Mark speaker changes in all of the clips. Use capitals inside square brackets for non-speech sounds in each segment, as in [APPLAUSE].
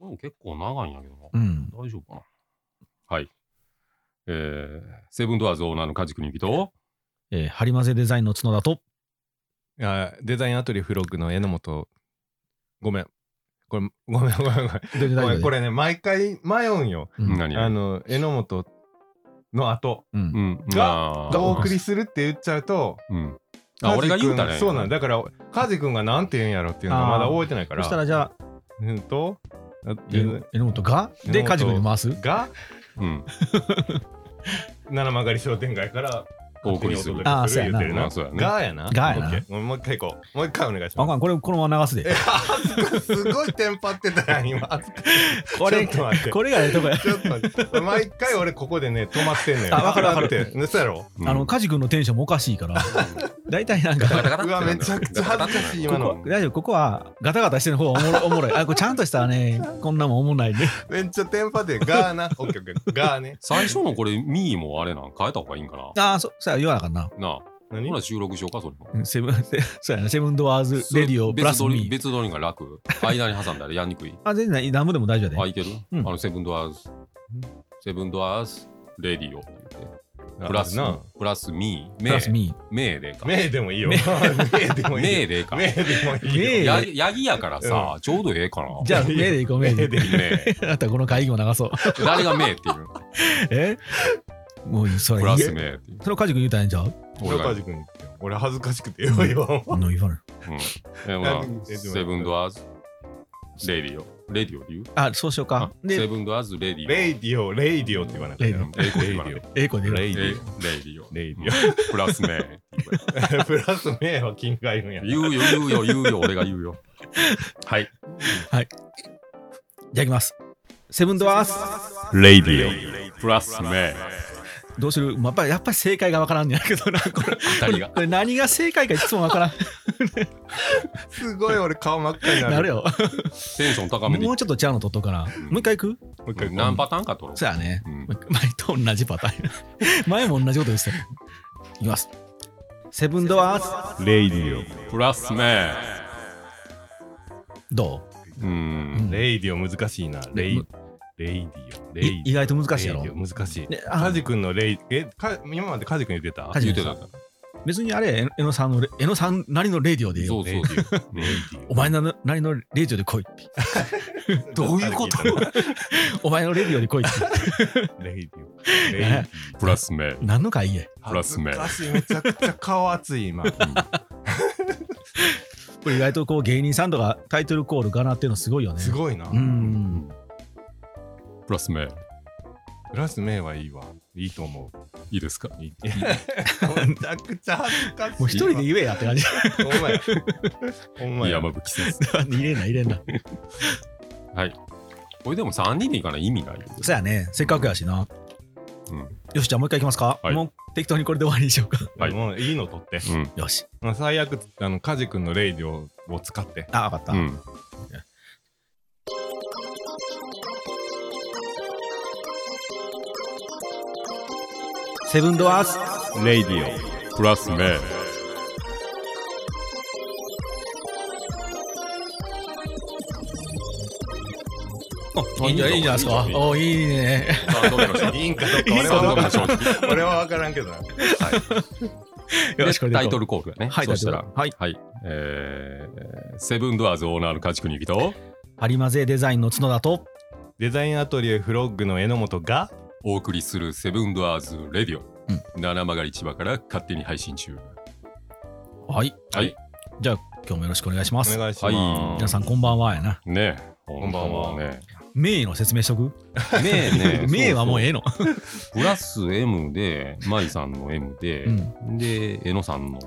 Speaker 1: も結構長いんやけどな。
Speaker 2: うん。
Speaker 1: 大丈夫かな。はい。えー、セブンドアーズオーナーの梶国幸と、
Speaker 2: えー、ハリマゼデザインの角だ
Speaker 1: [LAUGHS]
Speaker 2: と。
Speaker 3: あデザインアトリエフロッグの榎本ごめんこれごめんごめんごめん
Speaker 2: 全然大
Speaker 3: ごめ
Speaker 2: 丈
Speaker 3: ん
Speaker 2: 夫
Speaker 3: これね毎回迷うんよ
Speaker 2: うん
Speaker 1: 何
Speaker 3: あの榎本の後
Speaker 2: うん
Speaker 1: う。ん。
Speaker 3: が
Speaker 1: あー
Speaker 3: がお送りするって言っちゃうと
Speaker 1: うん。
Speaker 3: カ
Speaker 1: あ、
Speaker 3: ジ
Speaker 1: 俺が言うた
Speaker 3: 君
Speaker 1: ね。
Speaker 3: そうなんだからカジ君がなんて言うんやろっていうのがまだ覚えてないから
Speaker 2: そしたらじゃあ、
Speaker 3: うんとあ
Speaker 2: え榎本がで、
Speaker 3: 榎本
Speaker 2: カジ君に回す。
Speaker 3: が
Speaker 1: うん。
Speaker 3: 七曲り商店街から
Speaker 1: お送りする。
Speaker 3: 勝手に
Speaker 2: あーそうや
Speaker 3: お届けする
Speaker 2: な
Speaker 3: 言うてる
Speaker 1: ま
Speaker 3: な
Speaker 1: あそうやね
Speaker 3: がやな
Speaker 2: がやな
Speaker 3: オッケーもう一回行こうもう一回お願いし
Speaker 2: あ
Speaker 3: ま
Speaker 2: かん、これ、このまま流すで。
Speaker 3: すすごいテンパってたやん今
Speaker 2: これ
Speaker 3: ちょっと待っ
Speaker 2: [LAUGHS]
Speaker 3: て
Speaker 2: これがええとこや。
Speaker 3: ちょっと待って毎回俺ここでね止まってんのよ。
Speaker 2: あわかるわかる
Speaker 3: って。ね [LAUGHS] そうやろ。
Speaker 1: うん
Speaker 2: あの、カジ君のテンションもおかしいから、大体なん
Speaker 1: [LAUGHS]
Speaker 2: か、
Speaker 1: ガタガタ
Speaker 3: うわめちゃくちゃ恥ずかしい今
Speaker 2: こ
Speaker 3: の
Speaker 2: こ。大丈夫、ここはガタガタしてる方がおもろいおもろい。あ、これちゃんとしたらね、こんなもんおもろないね。
Speaker 3: めっちゃテンパってガーな。オッケーオッケーガーね。
Speaker 1: 最初のこれ、ミーもあれなん、変えた方がいいんかな。
Speaker 2: ああ、そそうや、言わなあかんな。
Speaker 1: なあ、
Speaker 3: 何
Speaker 1: ほら収録しようか、それも。
Speaker 2: うんセブン、 [LAUGHS] せそうやな、セブンドアーズレディオプラ
Speaker 1: 別
Speaker 2: ス
Speaker 1: 撮り
Speaker 2: ミー。
Speaker 1: 別撮りが楽。間に挟んだらやんに
Speaker 3: [LAUGHS]
Speaker 1: くい。
Speaker 2: あ、全然何もでも大丈夫
Speaker 1: あ、
Speaker 2: で。
Speaker 1: いける、
Speaker 2: うん
Speaker 1: あの、セブンドアーズ、セブンドアーズ、レディオって言って、プラス
Speaker 3: な。、
Speaker 1: プラスミー、
Speaker 2: プラスミ
Speaker 1: メーでか。
Speaker 3: 名でもいいよ。
Speaker 2: 名
Speaker 3: 名でもいい
Speaker 1: メー
Speaker 3: よ。
Speaker 1: でか。
Speaker 3: 名でもい
Speaker 2: 名
Speaker 3: いよ。
Speaker 1: やヤギやからさ、ちょうどええかな。
Speaker 2: ー。じゃあ、目で行こう、
Speaker 1: [LAUGHS]
Speaker 2: 目で。
Speaker 3: 名で
Speaker 1: メー
Speaker 2: あなた、この会議も流そう。
Speaker 1: 誰がメーっていうの
Speaker 2: えもう、それ
Speaker 1: プ、ラスメーっていう。
Speaker 2: それカジ君言うたらええんちゃう
Speaker 1: 俺
Speaker 3: 俺
Speaker 1: が、う
Speaker 3: カジ君言ってよ俺恥ずかしくてよ今。
Speaker 2: あの言わない。
Speaker 1: んえまあ
Speaker 3: なんで
Speaker 1: セブンドアーズ、レディオ。レディオで言う
Speaker 2: あ、そうしよう
Speaker 1: あ
Speaker 2: か。
Speaker 1: セ
Speaker 2: で、
Speaker 1: ブンドアーズ、レディオ。
Speaker 3: レイディオレイディオって言わなきゃ
Speaker 2: レイディ
Speaker 1: うん英語で言わなきゃ
Speaker 2: ええ子で。
Speaker 3: レイデ
Speaker 1: レイ
Speaker 3: ィ
Speaker 1: レイディオ。
Speaker 3: レイディ
Speaker 1: プラスメーって言うから
Speaker 3: オ。 [LAUGHS] プラス名は君がいるんや。
Speaker 1: 言うよ、言うよ、言うよ、俺が言うよ。はい。
Speaker 2: いただきます。セブンドアーズ。
Speaker 1: レイディオ。プラスメー。
Speaker 2: どうするまあやっぱりやっぱり正解がわからんねやけどな、
Speaker 1: [LAUGHS]
Speaker 2: これ。
Speaker 1: 二人が。
Speaker 2: これ何が正解かいつもわからん。
Speaker 3: すごい俺顔真っ赤になる。
Speaker 2: なるよ。
Speaker 1: テンション高めでい
Speaker 2: もうちょっとちゃうの取っとくかな。もう一回行く
Speaker 3: もう
Speaker 1: く。
Speaker 3: 一回
Speaker 1: 何パターンか取ろう。
Speaker 2: そうやね。
Speaker 1: うん
Speaker 2: 前と同じパターン。 [LAUGHS] 前も同じことでした。いきます。セブンドアーズ。
Speaker 3: レイディオ。
Speaker 1: プラスメー。
Speaker 2: ど
Speaker 1: う
Speaker 2: う、
Speaker 1: ん。
Speaker 3: レイディオ難しいな。レイ
Speaker 2: む、
Speaker 3: レイディオ。レイディ
Speaker 2: い
Speaker 3: オ
Speaker 2: 意外と難しいやろ
Speaker 3: レイデ。ィオ難しい。
Speaker 2: ねあ
Speaker 3: カジ君のレイ、え、か今までカジ君言ってた
Speaker 2: カジ
Speaker 1: 言ってた。そ
Speaker 2: 別にあれ、え江野さんのレ、江野さんなりのレディオでいいよ
Speaker 1: うそうそう。
Speaker 3: レイディオ。
Speaker 2: お前なのなりのレディオで来いって。
Speaker 1: どういうこと
Speaker 3: カジ君言って
Speaker 2: お前のレディオで来いって。
Speaker 1: [LAUGHS]
Speaker 3: たレイディオ。レイディ
Speaker 1: [LAUGHS] プラスメー。
Speaker 2: 何の会議や
Speaker 3: オ。
Speaker 1: プラス名
Speaker 3: 恥ずかしいめちゃくちゃ顔熱い今。
Speaker 2: これ意外とこう芸人さんとかタイトルコールがなっていうのすごいよね。
Speaker 3: すごいな。
Speaker 2: うん。
Speaker 1: プラスメー。
Speaker 3: プラス名はいいわ。いいと思
Speaker 1: いいですか
Speaker 3: う。いいめちゃくちゃ恥ずかしい。
Speaker 2: もう一人で言えやって [LAUGHS] 感じ。
Speaker 3: お前。お前。
Speaker 1: 山吹先生。
Speaker 2: 入れんな入れんな。
Speaker 1: はい。これでも3人でいいかな意味ない。
Speaker 2: そうやね。せっかくやしな。
Speaker 1: うん。
Speaker 2: よし、じゃあもう一回いきますか。
Speaker 1: はい
Speaker 2: もう適当にこれで終わりにしようか。
Speaker 1: はい
Speaker 3: もういいの取って。
Speaker 1: うん。
Speaker 2: よし。
Speaker 3: まあ最悪、あの、カジ君のレイディオを使って。
Speaker 2: あ、分かった。
Speaker 1: うん。
Speaker 2: セブンドアーズ。
Speaker 3: レイディ
Speaker 1: プラスメー。
Speaker 2: いいんじゃないですか。おいいね。
Speaker 1: 3度目の正
Speaker 3: オ。い
Speaker 1: 直。
Speaker 3: いんかどうか俺
Speaker 1: 3度目の
Speaker 3: は
Speaker 1: 正直。
Speaker 3: 俺は分からんけどな。
Speaker 2: よ
Speaker 1: で
Speaker 2: し、これで
Speaker 1: タイ
Speaker 2: いこ
Speaker 1: ト
Speaker 2: う
Speaker 1: ルコールだね。
Speaker 2: はい、
Speaker 1: そしたら
Speaker 2: タイト、ルはい。
Speaker 1: はい。えー、セブンドアーズオーナーの家畜に行きと、
Speaker 2: ハリマゼデザインの角田と、
Speaker 3: デザインアトリエフロッグの榎本が
Speaker 1: お送りするセブンドアーズレディオ。七曲り千葉から勝手に配信中。
Speaker 2: はい。
Speaker 1: はい。
Speaker 2: じゃあ、今日もよろしくお願いしま
Speaker 3: お
Speaker 2: す。
Speaker 3: 願いし
Speaker 1: は
Speaker 3: ま
Speaker 1: い
Speaker 3: す。
Speaker 2: 皆さん、こんばんはやな。
Speaker 1: ねえ。
Speaker 3: こんばんは
Speaker 1: ほとね
Speaker 2: 名の説明しとく
Speaker 1: え。ねえねえ。
Speaker 2: [LAUGHS] 名はもう
Speaker 1: え
Speaker 2: ええの。
Speaker 1: プラス M で、マイさんの M で、で、えのさんの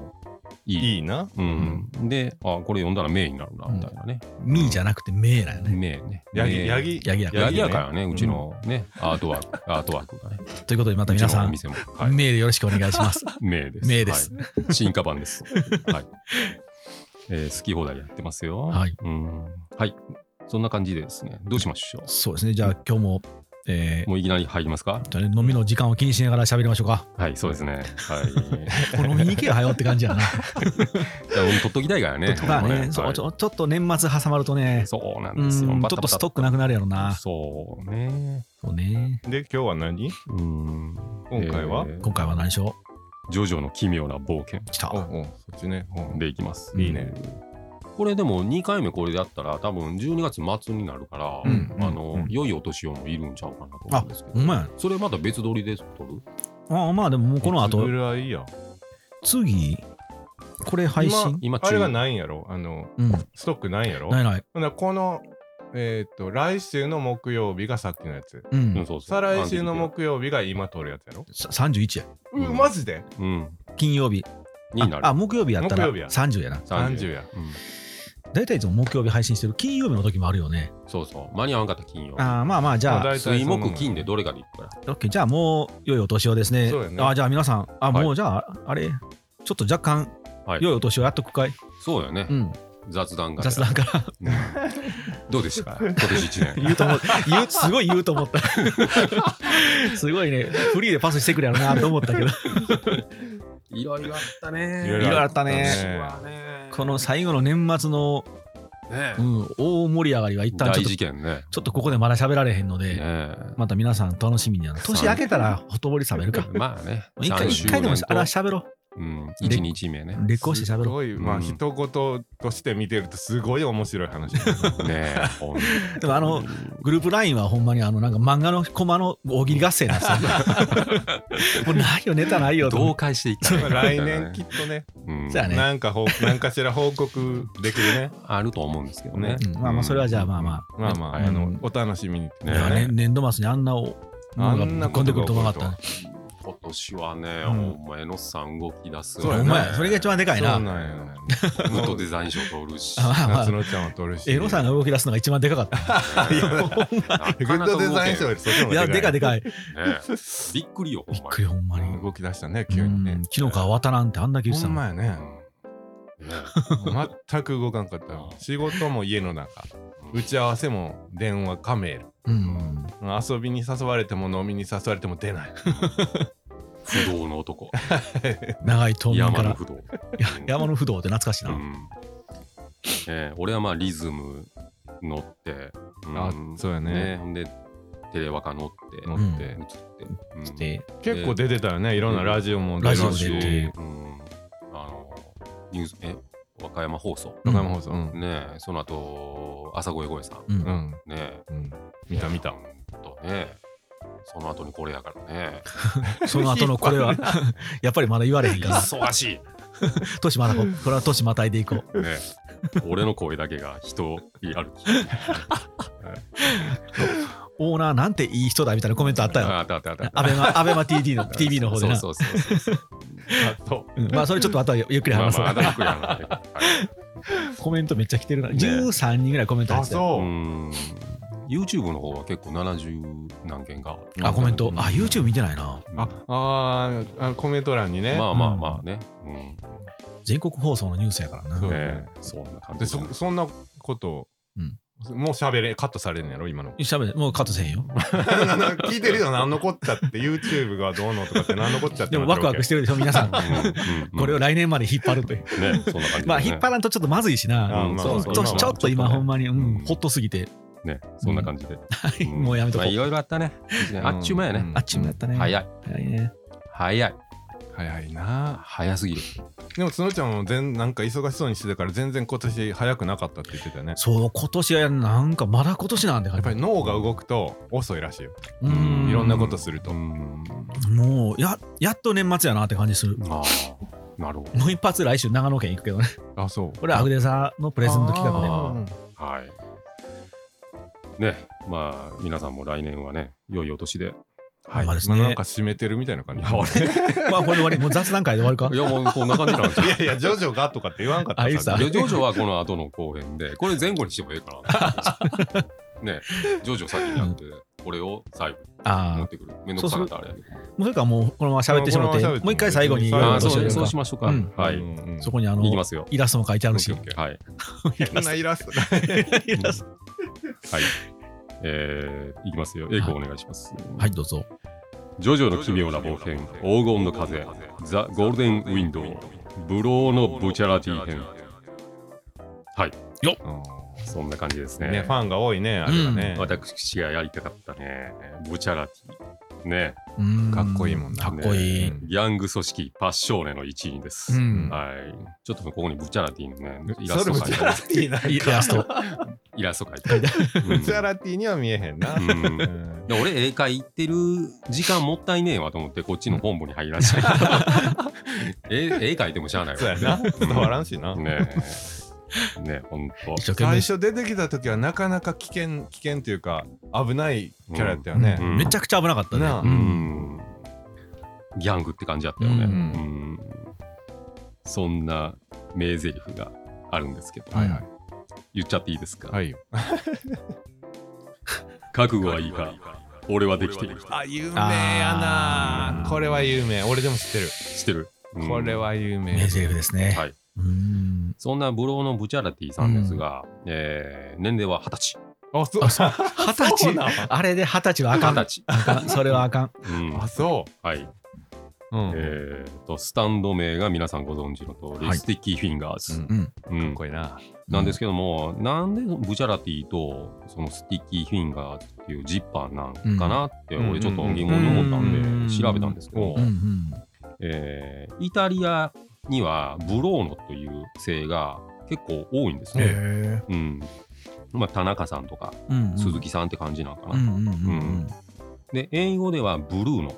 Speaker 1: E。
Speaker 3: いいな。
Speaker 1: うんで、あ、これ読んだら名になるな、みたいなね。
Speaker 2: ミーじゃなくて名なんやね。
Speaker 1: 名ね。
Speaker 3: ヤギ、
Speaker 1: 名
Speaker 3: ヤギ。
Speaker 2: ヤギやから
Speaker 1: ヤギや
Speaker 3: ね
Speaker 1: からね、うちのね、アートワーク、アートワークがね。
Speaker 2: ということで、また皆さ、
Speaker 1: うんちのお店も。はい。
Speaker 2: 名でよろしくお願いします。
Speaker 1: 名です。
Speaker 2: 名です
Speaker 1: はい。進化版
Speaker 2: [LAUGHS]
Speaker 1: です。はい。えー好き放題やってますよ。
Speaker 2: はい。
Speaker 1: うん。はい。そんな感じでですね、どうしましょう。
Speaker 2: そうですね。じゃあ、今日も、ええー
Speaker 1: もういきなり入りますか
Speaker 2: じゃあね飲みの時間を気にしながら喋りましょう [LAUGHS] か。
Speaker 1: はい、そうですね。はい。
Speaker 2: [LAUGHS] もう飲みに行けよ、はよって感じ [LAUGHS] やな。
Speaker 1: じゃあ、俺取っときたいからね。
Speaker 2: まあ
Speaker 1: ほんま
Speaker 2: ね、そ
Speaker 1: は
Speaker 2: う
Speaker 1: い
Speaker 2: ちょちょっと年末挟まるとね、
Speaker 1: そうなん
Speaker 2: う
Speaker 1: で
Speaker 2: んち
Speaker 1: すよ。
Speaker 2: ょっ
Speaker 1: バタバタ
Speaker 2: とストックなくなるやろな。
Speaker 1: そうね。
Speaker 2: そうね。
Speaker 3: で、今日は何
Speaker 1: うん。
Speaker 3: 今回は
Speaker 1: えー
Speaker 2: 今回は何でしょ
Speaker 1: ジョジョの奇妙な冒険
Speaker 2: う来た。
Speaker 3: おおそっちね。お
Speaker 1: でいきます。
Speaker 3: いいね。
Speaker 1: これでも2回目これでやったら多分12月末になるから、
Speaker 3: うん
Speaker 1: あの、
Speaker 3: うん
Speaker 1: 良いお年をもいるんちゃうかなと思うんですけ
Speaker 2: ほ
Speaker 1: ど
Speaker 2: んまや。
Speaker 1: それまた別撮りで撮る
Speaker 2: ああまあでももうこの
Speaker 3: いつ
Speaker 2: 後
Speaker 3: ぐ、らいや。
Speaker 2: 次、これ配信
Speaker 1: 今
Speaker 3: あれは
Speaker 1: 中
Speaker 3: ないんやろあの、
Speaker 2: うん。
Speaker 3: ストックないんやろ
Speaker 2: ないない。
Speaker 3: ほんならこの、えーっと、来週の木曜日がさっきのやつ。
Speaker 2: う
Speaker 1: うん
Speaker 2: ん。
Speaker 1: そうそう
Speaker 3: 再来週の木曜日が今撮るやつやろ
Speaker 2: さ31や。
Speaker 1: うん
Speaker 3: うマジで
Speaker 1: うん
Speaker 2: 金曜日。
Speaker 1: になる
Speaker 2: ああ、木曜日やったら
Speaker 3: 木曜日や
Speaker 2: 30やな。
Speaker 3: ?30 や。
Speaker 1: うん
Speaker 2: 大体いつも木曜日配信してる。金曜日の時もあるよね。
Speaker 1: そうそう間に合わんかった金曜
Speaker 2: ああまあまあ、じ
Speaker 3: ま
Speaker 2: ゃ
Speaker 3: あ
Speaker 2: あ、
Speaker 3: 大体
Speaker 1: 水
Speaker 3: そんなもん
Speaker 1: 木金でどれかでいくから
Speaker 2: オッケーじゃあもう良いお年をですね。
Speaker 3: そうやね
Speaker 2: ああじゃあ皆さん、あ
Speaker 1: はい
Speaker 2: もうじゃあ、あれ、ちょっと若干、
Speaker 1: はい
Speaker 2: 良いお年をやっとくかい。
Speaker 1: そうよね
Speaker 2: うん。
Speaker 1: 雑談が
Speaker 2: 雑談から。 [LAUGHS]
Speaker 1: どうでしたか今年一年
Speaker 2: 言うと思った。言う、すごい言うと思った。 [LAUGHS] すごいね、フリーでパスしてくれやろなと思ったけど、
Speaker 1: いろいろあったね
Speaker 3: い
Speaker 2: いろいろあったね
Speaker 1: ね
Speaker 2: この最後の年末の、
Speaker 1: ね
Speaker 2: うん、大盛り上がりは一旦ち
Speaker 1: 大
Speaker 2: ょっと
Speaker 1: 事件ね
Speaker 2: ちょっとここでまだ喋られへんの
Speaker 1: ね
Speaker 2: で、
Speaker 1: え。
Speaker 2: また皆さん楽しみにあの年明けたらほとぼり冷めるか
Speaker 1: まあね
Speaker 2: 一回一回でもしあら喋ろう。
Speaker 1: うん一日目ね
Speaker 2: レコーして喋
Speaker 3: す
Speaker 2: ろ
Speaker 3: ごい、
Speaker 1: う
Speaker 3: まあ、
Speaker 1: ん
Speaker 3: 一言として見てると、すごい面白い話。
Speaker 1: ねえほんと
Speaker 2: う。 [LAUGHS] でもあのグループラインはほんまにあのなんか漫画のコマの大喜利合戦なんですよ。もうないよネタないよと
Speaker 1: 同
Speaker 2: 思
Speaker 1: 解していったらいいんだよ
Speaker 3: 来
Speaker 1: ね
Speaker 3: 年きっとね、
Speaker 1: うん
Speaker 2: そうやね
Speaker 3: な
Speaker 2: [LAUGHS]
Speaker 3: んかほう、なんかしら報告できるね。
Speaker 1: あると思うんですけどね
Speaker 2: う。うんまあまあそれはじゃあまあま
Speaker 3: まあまあ、
Speaker 2: うん
Speaker 3: あの、お楽しみにって
Speaker 2: あ。
Speaker 1: ね
Speaker 2: いやね年度末にあんなおものが込んでくると思わなかったね。
Speaker 1: 今年はね、
Speaker 2: うん
Speaker 1: お前のさん動き出す
Speaker 3: そう
Speaker 1: わ
Speaker 3: や
Speaker 2: お
Speaker 3: ね
Speaker 2: 前それが一番でかい
Speaker 3: そ
Speaker 2: な。
Speaker 3: う
Speaker 2: ま
Speaker 3: なんよね。
Speaker 1: グッドデザイン賞取る
Speaker 2: [LAUGHS]
Speaker 1: し。
Speaker 2: あまあま
Speaker 3: [LAUGHS] 夏
Speaker 2: あ。
Speaker 3: のちゃんは撮るし。
Speaker 2: エロさんが動き出すのが一番でかかった。
Speaker 1: なかなか動け
Speaker 3: グ
Speaker 1: ん
Speaker 3: ッドデザイン賞よりそっちの方
Speaker 2: いや
Speaker 3: が
Speaker 2: でかいでかい。
Speaker 1: ねえびっくりよ、ほ
Speaker 2: び
Speaker 1: ん
Speaker 2: っ
Speaker 1: ま
Speaker 2: くりほんまに。
Speaker 3: 動き出したね、
Speaker 2: う
Speaker 3: 急にね
Speaker 2: ん。昨日から渡らんってあんだけ言って
Speaker 3: ほ
Speaker 2: たの
Speaker 3: んまやね。
Speaker 1: に。ね
Speaker 3: 全く動かんかったよ。
Speaker 2: [LAUGHS]
Speaker 3: 仕事も家の中。打ち合わせも電話かメール。
Speaker 2: うん。
Speaker 3: 遊びに誘われても飲みに誘われても出ない。
Speaker 1: え不動の男。
Speaker 2: [LAUGHS] 長い冬眠か
Speaker 1: 山の
Speaker 2: ら
Speaker 1: 不動。
Speaker 2: いや山の不動って懐かしいな、
Speaker 1: うんええ俺はまあリズム乗って。うん
Speaker 3: あそうやね
Speaker 1: ほんで、テレワカ乗って。
Speaker 3: 乗
Speaker 1: 乗
Speaker 3: っ。
Speaker 1: ってうん
Speaker 2: で
Speaker 3: 結構出てたよね、いろんなラジオも
Speaker 2: ラ
Speaker 3: 出
Speaker 2: ジオ
Speaker 3: る
Speaker 2: で
Speaker 3: し。
Speaker 2: 出て
Speaker 1: うん、あのニュースえ和歌山放送、
Speaker 3: 生放送。うん。
Speaker 1: ねえその後朝声声さん
Speaker 2: うん、
Speaker 3: う
Speaker 2: うん
Speaker 3: ん。
Speaker 1: ね
Speaker 3: うん
Speaker 1: え
Speaker 3: 見た見た
Speaker 1: う。んとねその後にこれやからね
Speaker 2: その後のこれはやっぱりまだ言われへんから
Speaker 1: 忙
Speaker 2: [LAUGHS]
Speaker 1: し
Speaker 2: 年またここれは年またいでいこう
Speaker 1: いねえ俺の声だけが人やる
Speaker 2: オーナーなんていい人だみたいなコメントあったよ
Speaker 1: あったあったあった
Speaker 2: アベマアベマ t v
Speaker 3: [LAUGHS]
Speaker 2: の TV の方でな
Speaker 1: そうそうそう
Speaker 2: [LAUGHS]
Speaker 1: そう
Speaker 3: あと、
Speaker 2: うんまあそれちょっと後はゆっくり
Speaker 1: まあ
Speaker 2: 話そう、
Speaker 1: まあだいぶやなはい
Speaker 2: コメントめっちゃ来てるな、13人ぐらいコメント入
Speaker 3: あ、
Speaker 2: ってた
Speaker 1: う
Speaker 2: よ
Speaker 3: そ
Speaker 1: ん YouTube の方は結構70何件か
Speaker 2: あコメントあ
Speaker 1: う
Speaker 2: YouTube 見てないな
Speaker 3: う。あ、あーあ、コメント欄にね。
Speaker 1: まあまあまあね、うん、
Speaker 2: 全国放送のニュースやからな
Speaker 3: そう
Speaker 1: ねそんな感
Speaker 3: で
Speaker 1: じ
Speaker 3: そそんなこと、
Speaker 2: うん
Speaker 3: もう喋れカットされんのやろ
Speaker 2: [LAUGHS]
Speaker 3: 今の [LAUGHS]
Speaker 2: しゃべもうカットせへんよ
Speaker 3: 聞いてるよ何のこっちゃって YouTube がどうのとかって何のこっちゃっ
Speaker 2: で
Speaker 3: て
Speaker 2: もワクワクしてるでしょ皆さん [LAUGHS] これを
Speaker 1: ね、
Speaker 2: 来年まで引っ張るという
Speaker 1: そんな感じだね、
Speaker 2: まあ引っ張
Speaker 1: ら
Speaker 2: らんとちょっとまずいしな
Speaker 3: あーまあ
Speaker 2: そ
Speaker 3: そう
Speaker 2: う
Speaker 3: そう
Speaker 2: ちょ
Speaker 3: まあまあ
Speaker 2: ちょっと今
Speaker 3: ちょっとね
Speaker 2: ほんまに、う
Speaker 1: うん
Speaker 2: ん、ほっとすぎて
Speaker 1: ね、そんな感じで。
Speaker 2: い
Speaker 1: ん
Speaker 2: もうやめとこう
Speaker 1: まあいろいろあったね。あっちゅう間やね。
Speaker 2: あっちもやったね。
Speaker 1: 早い、
Speaker 2: 早いね。
Speaker 1: 早い、
Speaker 3: 早いな
Speaker 1: 早すぎる。
Speaker 3: でもつのちゃんも全なんか忙しそうにしてたから全然今年早くなかったって言ってたよね
Speaker 2: そう、今年はなんかまだ今年なんで、や
Speaker 3: やっぱり脳が動くと遅いらしいよ
Speaker 2: う
Speaker 1: うん
Speaker 2: ん、
Speaker 3: いろんなことすると
Speaker 1: うん。
Speaker 2: もうや、やっと年末やなって感じする。
Speaker 1: ああ、なるほ
Speaker 2: もう一発来週長野県行くけどね。
Speaker 3: あそう
Speaker 2: これアグデザのプ
Speaker 3: プ
Speaker 2: レゼント企画
Speaker 1: ね
Speaker 2: で。
Speaker 1: ど。はい。ね、まあ皆さんも来年はね、良いお年で。
Speaker 2: はいまあです
Speaker 3: まあ
Speaker 2: ね
Speaker 3: なんか締めてるみたいな感じい
Speaker 2: まあこれで終わり、もう雑談会で終わる
Speaker 1: [LAUGHS]
Speaker 2: か
Speaker 1: い。やもうこんな感じなんじゃう。
Speaker 3: やいやジョジョがとかって言わんかった
Speaker 2: あいいさ
Speaker 1: でジョジョはこの後の後編で、これ前後にしてもいいかな。ね、ジョジョ先にやって、これを最後に持
Speaker 2: ああ
Speaker 1: っ、てくる。めんどくさかったらあれやけど。
Speaker 2: もうそれかもうこのまま喋ってしまって、
Speaker 3: このまま喋
Speaker 2: も
Speaker 3: って
Speaker 2: う一回最後に
Speaker 3: うん
Speaker 1: ああ、
Speaker 3: どし
Speaker 1: そ
Speaker 3: よう
Speaker 1: う
Speaker 3: か
Speaker 1: そうしましょうか。
Speaker 2: うん
Speaker 1: はい。
Speaker 3: うんうん
Speaker 2: そこにあの
Speaker 1: いきますよ。
Speaker 2: イラストも書いてあるし
Speaker 3: オッケーオッケ
Speaker 1: はい。
Speaker 3: ーこんなイラスト
Speaker 2: イラスト
Speaker 1: はい。えーいきますよ。英子お願いします。
Speaker 2: [LAUGHS] はい、どうぞ。
Speaker 1: ジョジョの奇妙な冒険、黄金の風、ザ・ゴールデン・ウィンドウ、ブローのブチャラティ編。そんな感じですね。
Speaker 3: ね、ファンが多いね、あれはね。
Speaker 1: 私がやりたかったね、ブチャラティ。ね、
Speaker 2: うーん
Speaker 3: かっこいいもんな
Speaker 2: かっこいい
Speaker 3: ね。
Speaker 1: ギャング組織、パッショーネの一員です。
Speaker 2: うん
Speaker 1: はい。ちょっとここにブチャラティのね、イラス
Speaker 3: そ
Speaker 1: ト描い
Speaker 3: れブ
Speaker 1: て
Speaker 3: チャ
Speaker 1: あ
Speaker 3: ラ
Speaker 1: る
Speaker 3: ティなんか
Speaker 2: イラスト。
Speaker 1: イラスト描いてある。
Speaker 3: ブチャラティには見えへんな。
Speaker 1: うんうん
Speaker 3: う
Speaker 1: で
Speaker 3: ん
Speaker 1: 俺、英会行ってる時間もったいねえわと思って、こっちの本部に入ら
Speaker 3: [LAUGHS]
Speaker 1: せた。え絵描いてもしゃあない
Speaker 3: そう
Speaker 1: わ
Speaker 3: や。な。伝わらんしな。
Speaker 1: ねえ。ねえ、ほんと。
Speaker 2: 一生懸
Speaker 3: 最
Speaker 2: 命。
Speaker 3: 初出てきた時はなかなか危険、危険というか、危ないキャラやったよね
Speaker 1: う。
Speaker 2: うん
Speaker 1: ん
Speaker 2: めちゃくちゃ危なかったね。
Speaker 3: なあ
Speaker 1: うん。ギャングって感じだったよね。
Speaker 2: うん
Speaker 1: うんそんな名台詞があるんですけど、
Speaker 3: はいはい。
Speaker 1: 言っちゃっていいですか、
Speaker 3: はいよ。
Speaker 1: 覚悟はいいか、俺はできている。
Speaker 3: あ、有名や
Speaker 2: あ
Speaker 3: な
Speaker 2: ー。
Speaker 3: これは有名。俺でも知ってる。
Speaker 1: 知ってる、うん
Speaker 3: これは有名
Speaker 2: 名。セリフですね。
Speaker 1: はい。
Speaker 2: うーん。
Speaker 1: そんなブローのブチャラティさんですが、えー年齢は二十歳。
Speaker 3: あ、そう。
Speaker 2: あそう二十
Speaker 3: そう
Speaker 2: 歳
Speaker 3: なん
Speaker 2: あれで二十歳はあかん。
Speaker 1: 二
Speaker 2: あ
Speaker 1: 十
Speaker 2: かんそれはあかん。
Speaker 1: 歳。うん
Speaker 3: あ、そ
Speaker 1: はい。
Speaker 3: う。うん。
Speaker 1: えーと、スタンド名が皆さんご存知の通り、
Speaker 2: はい
Speaker 1: スティッキーフィンガーズ。
Speaker 3: うん
Speaker 2: うん。
Speaker 1: うん
Speaker 3: かっこいいな。
Speaker 1: なんですけども、なんでブチャラティとそのスティッキーフィンガーっていうジッパーなんかなって、
Speaker 3: うん
Speaker 1: 俺ちょっと疑問に思ったんで
Speaker 3: うん
Speaker 1: 調べたんですけど、
Speaker 2: うんうん。
Speaker 1: えーイタリアにはブローノという姓が結構多いんですね。
Speaker 2: へ
Speaker 1: うんまあ、田中さんとか
Speaker 2: え。
Speaker 1: 鈴木さんって感じなんかな。
Speaker 2: うんうんうん
Speaker 1: で英語ではブルーノ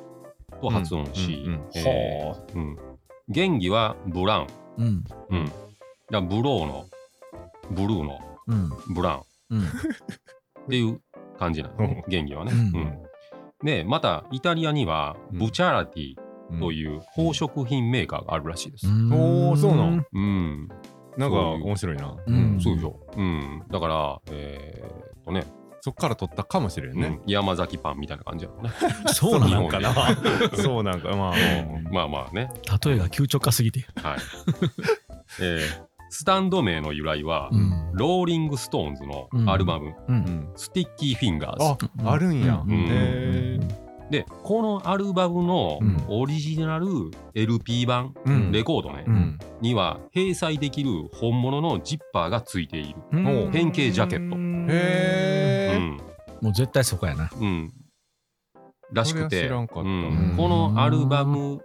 Speaker 1: と発音し、
Speaker 3: うんうん
Speaker 1: えーうん元気はブラウン、
Speaker 2: うん。うん
Speaker 1: うん、だからブローノブルーノ
Speaker 2: うん
Speaker 1: ブラウン
Speaker 2: うん。
Speaker 1: っていう感じなのね、原義はね、
Speaker 2: うん
Speaker 1: うんで、またイタリアには
Speaker 3: うん
Speaker 1: ブチャラティと
Speaker 3: う
Speaker 1: いう宝飾品メーカーがあるらしいです。
Speaker 2: うん
Speaker 3: おーそうなの。
Speaker 1: うん、
Speaker 3: ん。なんか面白いな。
Speaker 2: うん
Speaker 1: そうでしょ。うん、だから、えーっとね
Speaker 3: そっから取ったかもしれんね。
Speaker 1: うん山崎パンみたいな感じやろね。
Speaker 2: そうな
Speaker 1: 日
Speaker 2: の
Speaker 1: 本。で
Speaker 3: な。そうなんか、まあ、
Speaker 1: [LAUGHS] まあまあね。
Speaker 2: 例えが急直化すぎて。
Speaker 1: はい。えースタンド名の由来は、
Speaker 2: うん
Speaker 1: ローリング・ストーンズのアルバム、
Speaker 2: う。
Speaker 3: うんん。
Speaker 1: スティッキー・フィンガーズ
Speaker 3: あ、あるんや
Speaker 2: う。
Speaker 1: ん
Speaker 3: へー
Speaker 1: でこのアルバムの
Speaker 3: うん
Speaker 1: オリジナル LP 版、
Speaker 3: うん
Speaker 1: レコードね、
Speaker 3: うん。
Speaker 1: には閉鎖できる本物のジッパーがついている、
Speaker 2: うん
Speaker 3: もう
Speaker 1: 変形ジャケットう
Speaker 3: へえ。
Speaker 1: ん
Speaker 2: もう絶対そこやな。
Speaker 1: うん、らしくて
Speaker 3: それは知らんかった
Speaker 1: うんこのアルバム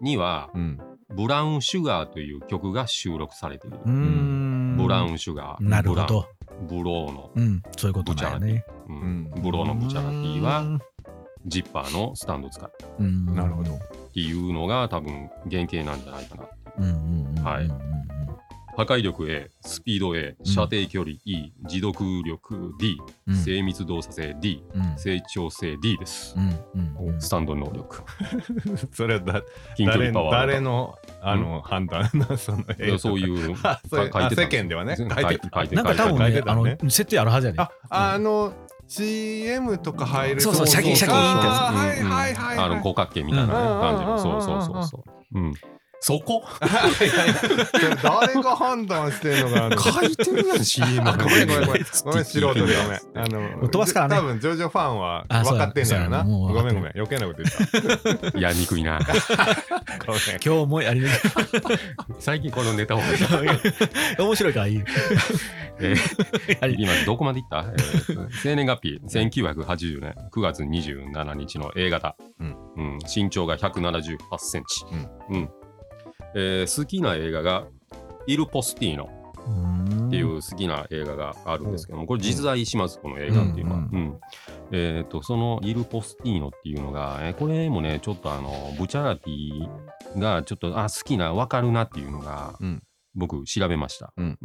Speaker 1: には
Speaker 3: うん。
Speaker 1: 「ブラウン・シュガー」という曲が収録されている、
Speaker 2: ん
Speaker 1: ブラウン・シュガー
Speaker 2: なるほど。
Speaker 1: ブランブローの、
Speaker 2: うん。そういうことだよね。
Speaker 1: うん
Speaker 3: うん
Speaker 1: ブローのブチャラティはジッパーのスタンド使いっ
Speaker 2: うん。
Speaker 3: なるほど。
Speaker 1: ていうのが多分原型なんじゃないかな
Speaker 2: うんうんうん。
Speaker 1: はい
Speaker 2: うんうん
Speaker 1: 破壊力 A スピード A 射程距離 E、持続力 D
Speaker 2: うん。
Speaker 1: 精密動作性 D
Speaker 2: うん
Speaker 1: 成長性 D です、
Speaker 2: うんうんうん
Speaker 1: スタンド能力
Speaker 3: それはだ
Speaker 1: 近距離
Speaker 3: 誰
Speaker 1: パ
Speaker 3: の
Speaker 1: ワー
Speaker 3: 誰のあの判断なその
Speaker 1: いやそういうう
Speaker 3: あそういう
Speaker 1: か書いてた
Speaker 3: あ世間ではね
Speaker 1: 書いて
Speaker 3: 書いて
Speaker 1: 書いて
Speaker 2: なんか多分
Speaker 3: 書い
Speaker 2: ね
Speaker 3: て、た
Speaker 2: あ
Speaker 3: ね
Speaker 2: の、設定あるはずやね。
Speaker 3: ああの CM とか入る
Speaker 2: そうそうシャキシャキーンってやつ
Speaker 3: あー
Speaker 1: うんうん
Speaker 3: はいはいはいはい
Speaker 1: あの五角形みたいなね
Speaker 3: うん
Speaker 1: 感じのそうう
Speaker 3: うん
Speaker 1: んそうそうそううんそこ
Speaker 3: いやいやそれ誰が判断してんのか
Speaker 2: [LAUGHS]
Speaker 3: な
Speaker 1: 書いてるやん CM
Speaker 3: あごめんごめんごめんごめん素人でごめんあ
Speaker 2: も
Speaker 3: の
Speaker 2: う飛ばすからね
Speaker 3: 多分ジョジョファンは
Speaker 2: あそう
Speaker 3: 分
Speaker 2: や
Speaker 3: かってんのやろな
Speaker 2: そうやもう
Speaker 3: ご
Speaker 2: 分かっ
Speaker 3: め
Speaker 2: て
Speaker 3: ん
Speaker 2: る
Speaker 3: ごめん余計なこと言った
Speaker 1: ん [LAUGHS] やりにくい
Speaker 3: [LAUGHS]
Speaker 1: な
Speaker 3: ごめ
Speaker 2: 今日もやりなが
Speaker 1: 最近このネタを
Speaker 2: ら [LAUGHS] 面白いからいい。
Speaker 1: えー
Speaker 2: やり
Speaker 1: 今どこまでいったえー生年月日1980年9月27日の A 型
Speaker 3: うん
Speaker 1: うん身長が178センチうんえー好きな映画がイル・ポスティーノっていう好きな映画があるんですけども、これ実在します、この映画っていうのは。
Speaker 2: うん
Speaker 1: うんえー、とそのイル・ポスティーノっていうのが、えーこれもね、ちょっとあのブチャラティがちょっとあ好きな、わかるなっていうのが、
Speaker 3: うん
Speaker 1: 僕、調べました、
Speaker 3: うん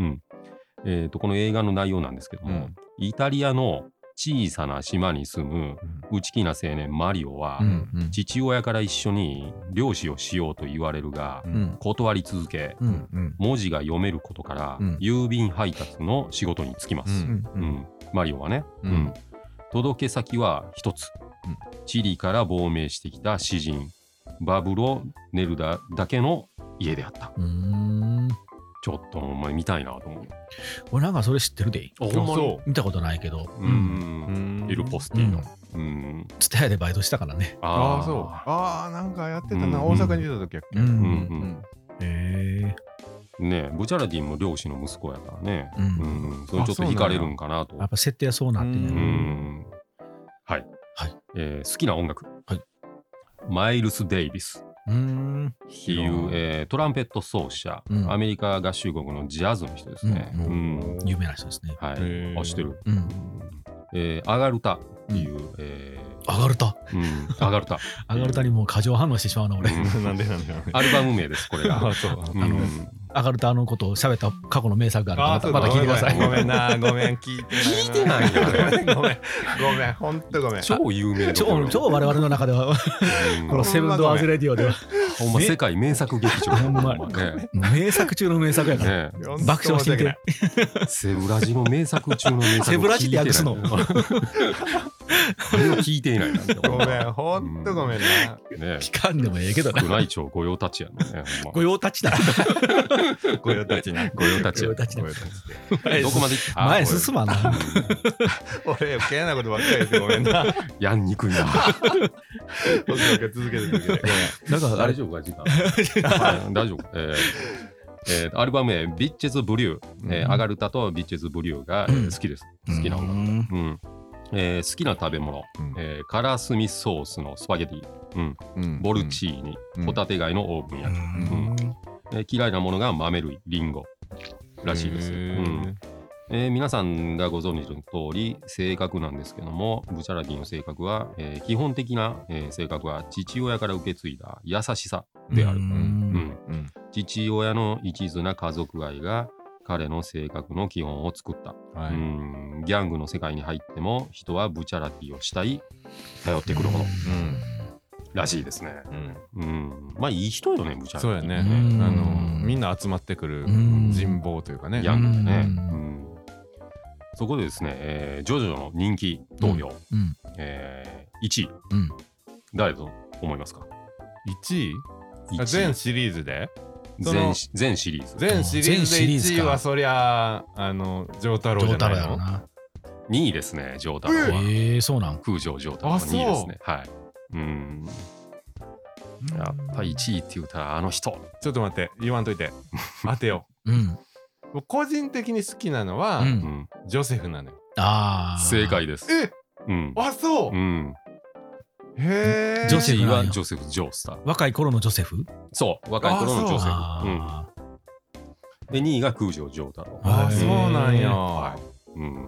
Speaker 1: えーと。この映画の内容なんですけども、
Speaker 3: うん
Speaker 1: イタリアの小さな島に住む内気な青年、マリオは、
Speaker 2: うんうん
Speaker 1: 父親から一緒に漁師をしようと言われるが、
Speaker 3: う
Speaker 2: うん
Speaker 1: 断り続け、
Speaker 2: うんうん
Speaker 1: 文字が読めることから、
Speaker 2: うん
Speaker 1: 郵便配達の仕事に就きます、
Speaker 3: う
Speaker 1: うんんマリオはね、
Speaker 3: うん
Speaker 1: うん届け先は一つ、
Speaker 3: うん
Speaker 1: チリから亡命してきた詩人バブロ・ネルダだけの家であった
Speaker 2: うん
Speaker 1: ちょっとほんまに見たいなと思う。
Speaker 2: 俺なんかそれ知ってるで。
Speaker 1: あほんまに
Speaker 3: そ
Speaker 2: 見たことないけど。
Speaker 1: う。ん。
Speaker 3: ん
Speaker 1: イルポスティー
Speaker 2: う
Speaker 1: ノ
Speaker 2: ん。
Speaker 1: うん。
Speaker 2: ツタヤでバイトしたからね。
Speaker 3: ああ、そう。ああ、なんかやってたな。
Speaker 1: うん
Speaker 3: 大阪に出た時やっけ。
Speaker 2: うん
Speaker 1: うんうん
Speaker 2: へえ。
Speaker 1: ねえブチャラディンも漁師の息子やからね、
Speaker 2: うん
Speaker 1: うんそれちょっと惹かれるんかなと。
Speaker 2: やっぱ設定はそうなって
Speaker 1: う
Speaker 3: うん
Speaker 2: ね。
Speaker 1: んはい、
Speaker 2: はい
Speaker 1: えー好きな音楽、
Speaker 2: はい
Speaker 1: マイルス・デイビス
Speaker 2: うん。
Speaker 1: っていう、えートランペット奏者、
Speaker 2: うん
Speaker 1: アメリカ合衆国のジャズの人ですね。
Speaker 2: うん
Speaker 1: うん
Speaker 2: 有名な人ですね。
Speaker 1: は
Speaker 3: へー
Speaker 1: い、あ知ってる。
Speaker 2: うん。
Speaker 1: えーアガルタっていう、え
Speaker 2: 上がるた。
Speaker 1: ーうん、アガル
Speaker 2: [LAUGHS]
Speaker 1: タ
Speaker 2: 上がるたにもう過剰反応してしまうな、俺。
Speaker 1: うん
Speaker 3: [LAUGHS] なんでなんだろうね。
Speaker 1: アルバム名ですこれ
Speaker 3: あ
Speaker 1: が
Speaker 3: あ、。そう。
Speaker 1: うん
Speaker 2: [LAUGHS] あの上がるたのことを喋った過去の名作があるから、またまた聞いてください。
Speaker 3: ごめんな、ごめん、聞いてない。
Speaker 1: 聞いてないよ
Speaker 3: ごめん、ごめん、ほんとごめん。
Speaker 1: 超有名な
Speaker 2: 超超我々の中では、
Speaker 1: うん
Speaker 2: このセブンドアーズレディオでは、
Speaker 1: ほんま
Speaker 2: ね
Speaker 1: 世界名作劇場
Speaker 2: ほんま
Speaker 1: ほんまね
Speaker 2: 名作中の名作やから。
Speaker 1: ねえ
Speaker 3: ほんと
Speaker 2: 爆笑していて
Speaker 3: 申訳
Speaker 1: セブラジの名作中の名作を
Speaker 2: セブラジって訳すの
Speaker 1: 聞いてない [LAUGHS]
Speaker 2: [LAUGHS]
Speaker 1: あれを聞いていないなんて
Speaker 3: ないごめん、ほんとごめんな。
Speaker 1: ね
Speaker 2: 聞かんでもええけどな。
Speaker 1: 宮内庁御用達やねほんま
Speaker 2: 御用達だ。
Speaker 3: ご用達な。
Speaker 1: [LAUGHS] 御用達や
Speaker 2: 御用達な
Speaker 1: 御用達どこまで行った
Speaker 2: 前
Speaker 1: [LAUGHS]
Speaker 2: 進まな。
Speaker 3: 俺、余計なことばっかり言ってごめんな。
Speaker 1: やんにくい
Speaker 2: [LAUGHS]
Speaker 1: な
Speaker 3: 僕なんか続けてくれてごめん
Speaker 2: なんか、あれ
Speaker 1: 大、丈夫か時間
Speaker 2: [LAUGHS]
Speaker 1: はい大丈夫えーえーアルバム名「ビッチェズ・ブリュー」えー
Speaker 2: うん
Speaker 1: アガルタとビッチェズ・ブリューがえー
Speaker 2: うん
Speaker 1: 好きです好きな音楽
Speaker 2: 楽。
Speaker 1: うんえー好きな食べ物
Speaker 3: うん
Speaker 1: えーカラスミソースのスパゲティ
Speaker 3: うん
Speaker 1: ボルチーニ
Speaker 3: うん
Speaker 1: ホタテ貝のオーブン焼きえー嫌いなものが豆類、リンゴらしいです。
Speaker 3: へ
Speaker 1: うんえー皆さんがご存知の通り、性格なんですけども、ブチャラティの性格は、えー基本的な、えー性格は父親から受け継いだ優しさである。
Speaker 2: うん
Speaker 1: うん
Speaker 3: うん
Speaker 1: 父親の一途な家族愛が彼の性格の基本を作った、
Speaker 3: は
Speaker 1: う
Speaker 3: い
Speaker 1: んギャングの世界に入っても人はブチャラティをしたい、頼ってくるほどらしいですね。
Speaker 3: うん
Speaker 1: うん、まあいい人よね、ブチャラティ。
Speaker 3: そうやね。あ
Speaker 2: うん
Speaker 3: の、みんな集まってくる
Speaker 2: うん
Speaker 3: 人望というかね。
Speaker 1: ヤングでね、
Speaker 2: う
Speaker 1: うんそこでですね、えージョジョの人気同僚、
Speaker 2: うん。
Speaker 1: えー1位、
Speaker 2: うん
Speaker 1: 誰だと思いますか
Speaker 3: 1位あ
Speaker 1: 1
Speaker 3: 全
Speaker 1: 位
Speaker 3: シリーズでその
Speaker 1: 全し全シリーズ
Speaker 3: 全シリーズで
Speaker 2: 全シリー
Speaker 3: 1
Speaker 2: ズ
Speaker 3: 位
Speaker 2: か
Speaker 3: はそりゃあの丈太郎
Speaker 2: 上
Speaker 3: じゃ
Speaker 2: 太
Speaker 3: な
Speaker 2: 郎
Speaker 3: い
Speaker 2: やろ
Speaker 3: の
Speaker 2: な。
Speaker 1: 2位ですねジョータロは
Speaker 2: ええ、そうなん。
Speaker 1: 空城ジョータロは
Speaker 3: あ
Speaker 1: 2位ですねはいうんやっぱ
Speaker 3: り
Speaker 1: 1位って言うたらあの人
Speaker 3: ちょっと待って言わんと
Speaker 2: [LAUGHS]
Speaker 3: いて待てよ
Speaker 2: うん。
Speaker 3: 僕個人的に好きなの
Speaker 2: う。
Speaker 3: は、
Speaker 1: うんん
Speaker 3: ジョセフなのよ
Speaker 2: ああ。
Speaker 1: 正。解です
Speaker 3: え
Speaker 1: うん
Speaker 3: あそう、
Speaker 1: うん
Speaker 3: へえ
Speaker 2: ジョセ
Speaker 1: 1
Speaker 2: フ
Speaker 1: 位
Speaker 2: なんや
Speaker 1: はジョセフ・ジョースター
Speaker 2: 若い頃のジョセフ
Speaker 1: そう若い頃のジョセ
Speaker 2: あ
Speaker 1: フうん
Speaker 2: あ。
Speaker 1: で2位が空城ジョータロ
Speaker 3: あそうなんや、
Speaker 1: はうん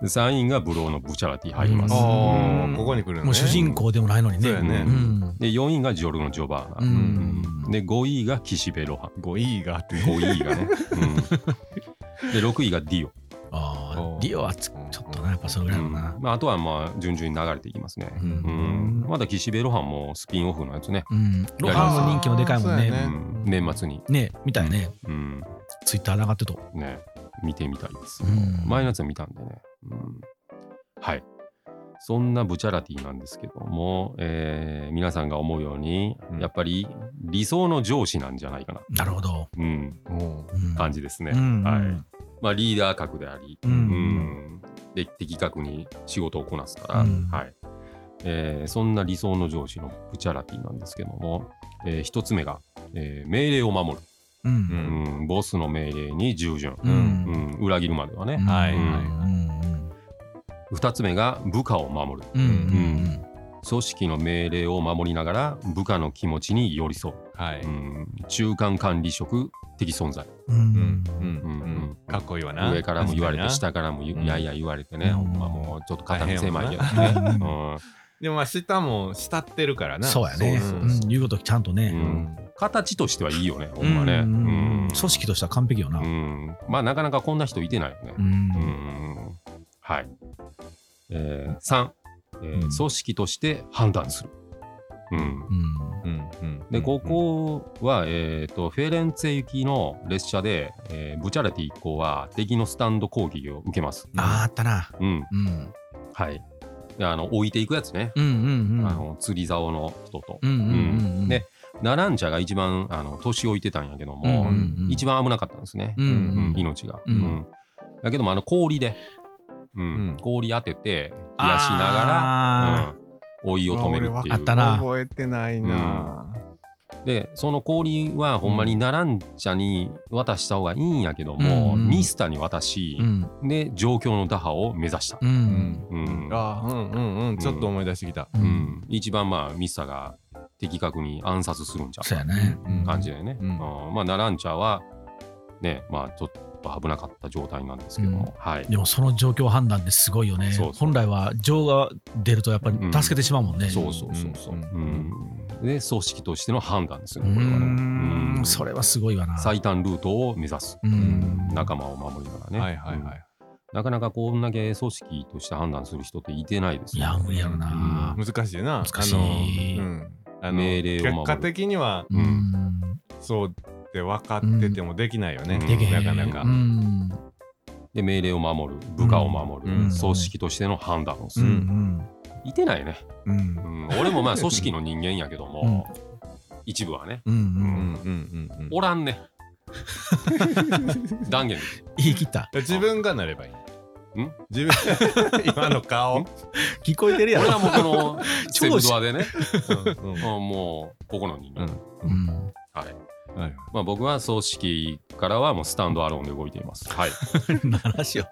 Speaker 1: で3位がブローのブチャラティ入ります
Speaker 3: あー
Speaker 1: うん
Speaker 3: ここに来るのね
Speaker 2: もう主人公でもないのにね。
Speaker 3: そうやね
Speaker 2: うん。
Speaker 1: で4位がジョルノ・ジョバー
Speaker 2: う
Speaker 1: ナ、
Speaker 2: ん。
Speaker 1: で5位が岸辺露伴
Speaker 3: 5位があって
Speaker 1: 5位がね、うん [LAUGHS] で6位がディオ、
Speaker 2: ああ。リオはつちょっとな、やっぱそれぐ
Speaker 1: う
Speaker 2: らい
Speaker 1: ん
Speaker 2: のな。
Speaker 1: まあ、あとはまあ順々に流れていきますね、
Speaker 2: う
Speaker 1: うん
Speaker 2: ん。
Speaker 1: まだ岸辺露伴もスピンオフのやつね、
Speaker 2: うん。ロハンの人気もでかいもん
Speaker 3: そうや
Speaker 1: う
Speaker 2: ね
Speaker 3: ね。
Speaker 1: ん年末に、
Speaker 2: ね、みたいね。
Speaker 1: うん
Speaker 2: ツイッターで上がってと。
Speaker 1: ね、見てみたいです、
Speaker 2: うん
Speaker 1: 前のやつは見たんでね、うんはいそんなブチャラティなんですけども、えー皆さんが思うように
Speaker 3: うん
Speaker 1: やっぱり理想の上司なんじゃないかな、
Speaker 2: なるほど。
Speaker 1: うん、
Speaker 3: うん
Speaker 2: うん
Speaker 1: 感じですね、
Speaker 2: うん
Speaker 1: はいまあ、リーダー格であり、
Speaker 2: うん
Speaker 1: うんで的確に仕事をこなすから、
Speaker 2: うん
Speaker 1: はいえーそんな理想の上司のブチャラティなんですけども、え1つ目が、えー命令を守る、
Speaker 2: う。
Speaker 1: うんんボスの命令に従順、
Speaker 2: う。
Speaker 1: うんん、裏切るまではね、
Speaker 3: はい
Speaker 2: うん
Speaker 1: はい2つ目が部下を守る
Speaker 2: うん。うん。
Speaker 1: 組織の命令を守りながら部下の気持ちに寄り添
Speaker 3: は
Speaker 1: う、
Speaker 3: い、
Speaker 1: うん中間管理職的存在、
Speaker 2: う
Speaker 3: うんんうん
Speaker 1: うんうん
Speaker 3: かっこいいわな
Speaker 1: 上からも言われて
Speaker 3: 確かにな
Speaker 1: 下からもゆ
Speaker 3: うん
Speaker 1: いやいや言われてね、
Speaker 2: うん
Speaker 1: ほんまもうちょっと肩身狭いけど
Speaker 2: 大
Speaker 1: ね
Speaker 2: 変やも
Speaker 1: う
Speaker 2: ん、
Speaker 1: ん
Speaker 3: でもまあ下も慕ってるからな
Speaker 2: そうやね。
Speaker 3: そううそうん
Speaker 2: 言うことちゃんと
Speaker 1: う
Speaker 2: ね。
Speaker 1: ん形としてはいいよね、ほんまね。
Speaker 2: う
Speaker 1: うんん
Speaker 2: 組織としては完璧よな。
Speaker 1: うんまあ、なかなかこんな人いてないよね
Speaker 2: う。。
Speaker 1: うんんはい。えー3、えー
Speaker 2: うん
Speaker 1: 組織として判断する。うん
Speaker 2: うん
Speaker 3: うんうん
Speaker 1: で、ここは、えーと、フェレンツェ行きの列車で、えーブチャレティ一行は敵のスタンド攻撃を受けます。
Speaker 2: あーあったな。
Speaker 1: うん。
Speaker 2: うん。
Speaker 1: はい。であの、置いていくやつね。
Speaker 2: うんうんうん。
Speaker 1: あの釣り竿の人と。
Speaker 2: うんうんうんうん。
Speaker 1: でナランチャが一番あの年老いてたんやけど
Speaker 2: うん
Speaker 1: も、
Speaker 2: うんうん
Speaker 1: 一番危なかったんですね、
Speaker 2: う
Speaker 1: うんん命が。
Speaker 2: う
Speaker 1: うんんだけどもあの氷で、うん
Speaker 3: うん
Speaker 1: 氷当てて冷やしな
Speaker 2: あ
Speaker 1: がら、うん、老いを止めるっていう。
Speaker 2: あったな
Speaker 3: 覚えてないな。
Speaker 1: でその氷はほんまにナランチャに渡した方がいいんやけども、
Speaker 2: うんうん
Speaker 1: ミスタに渡し
Speaker 2: ーう、ん
Speaker 1: で状況の打破を目指した。
Speaker 2: うんうん
Speaker 1: うん
Speaker 3: あーうんうんうんちょっと思い出してきた。
Speaker 2: う
Speaker 1: うんん、一番まあミスタが的確に暗殺するんちゃう
Speaker 2: そうやね
Speaker 3: うん
Speaker 1: 感じだよね。
Speaker 3: うん
Speaker 1: うんまあナランチャはねまあちょっと危なかった状態なんですけども、はい。
Speaker 2: でもその状況判断ってすごいよね
Speaker 1: そうそう
Speaker 2: 本来は情が出るとやっぱり
Speaker 1: うん
Speaker 2: 助けてしまうもんね、
Speaker 1: そうそうそうそう。
Speaker 3: う
Speaker 1: うんんで組織としての判断ですよ
Speaker 2: う
Speaker 1: ねこれはね。
Speaker 2: ん
Speaker 1: うん
Speaker 2: それはすごいわな
Speaker 1: 最短ルートを目指す、
Speaker 2: うん
Speaker 1: 仲間を守りながらね、
Speaker 3: はいはいは
Speaker 1: うん
Speaker 3: い。
Speaker 1: なかなかこんだけ組織として判断する人っていてないです
Speaker 2: い
Speaker 1: よ
Speaker 2: や無理やろな
Speaker 3: 難しいな。
Speaker 2: 難しい
Speaker 3: あのうんあの
Speaker 1: 命令を守る
Speaker 3: 結果的には
Speaker 1: うん
Speaker 3: そうって分かっててもできないよね。
Speaker 1: うん
Speaker 2: でけへん
Speaker 3: なかなか
Speaker 2: う。ん
Speaker 1: で命令を守る部下を守る、
Speaker 3: うん
Speaker 1: 組織としての判断をす
Speaker 2: うんう
Speaker 1: る、
Speaker 2: ん
Speaker 1: いてないね、
Speaker 3: うん
Speaker 1: う。ん、俺もまあ組織の人間やけども、一部はね
Speaker 2: うんうん
Speaker 3: うんうんうんうん
Speaker 1: おらんね断言
Speaker 2: 言い切った
Speaker 3: 自分がなればいい。
Speaker 1: ん
Speaker 3: 自分 [LAUGHS] 今の顔
Speaker 1: ん。
Speaker 2: 聞こえてるや
Speaker 1: 俺
Speaker 2: ろ、
Speaker 1: らもこの
Speaker 2: 超
Speaker 1: セブドアでね、
Speaker 3: うん
Speaker 1: うんもうここの人間、
Speaker 3: うん
Speaker 2: うん、
Speaker 1: はい
Speaker 3: はい
Speaker 1: まあ、僕は組織からはもうスタンドアローンで動いています、
Speaker 2: [LAUGHS]
Speaker 1: はい、
Speaker 2: 話を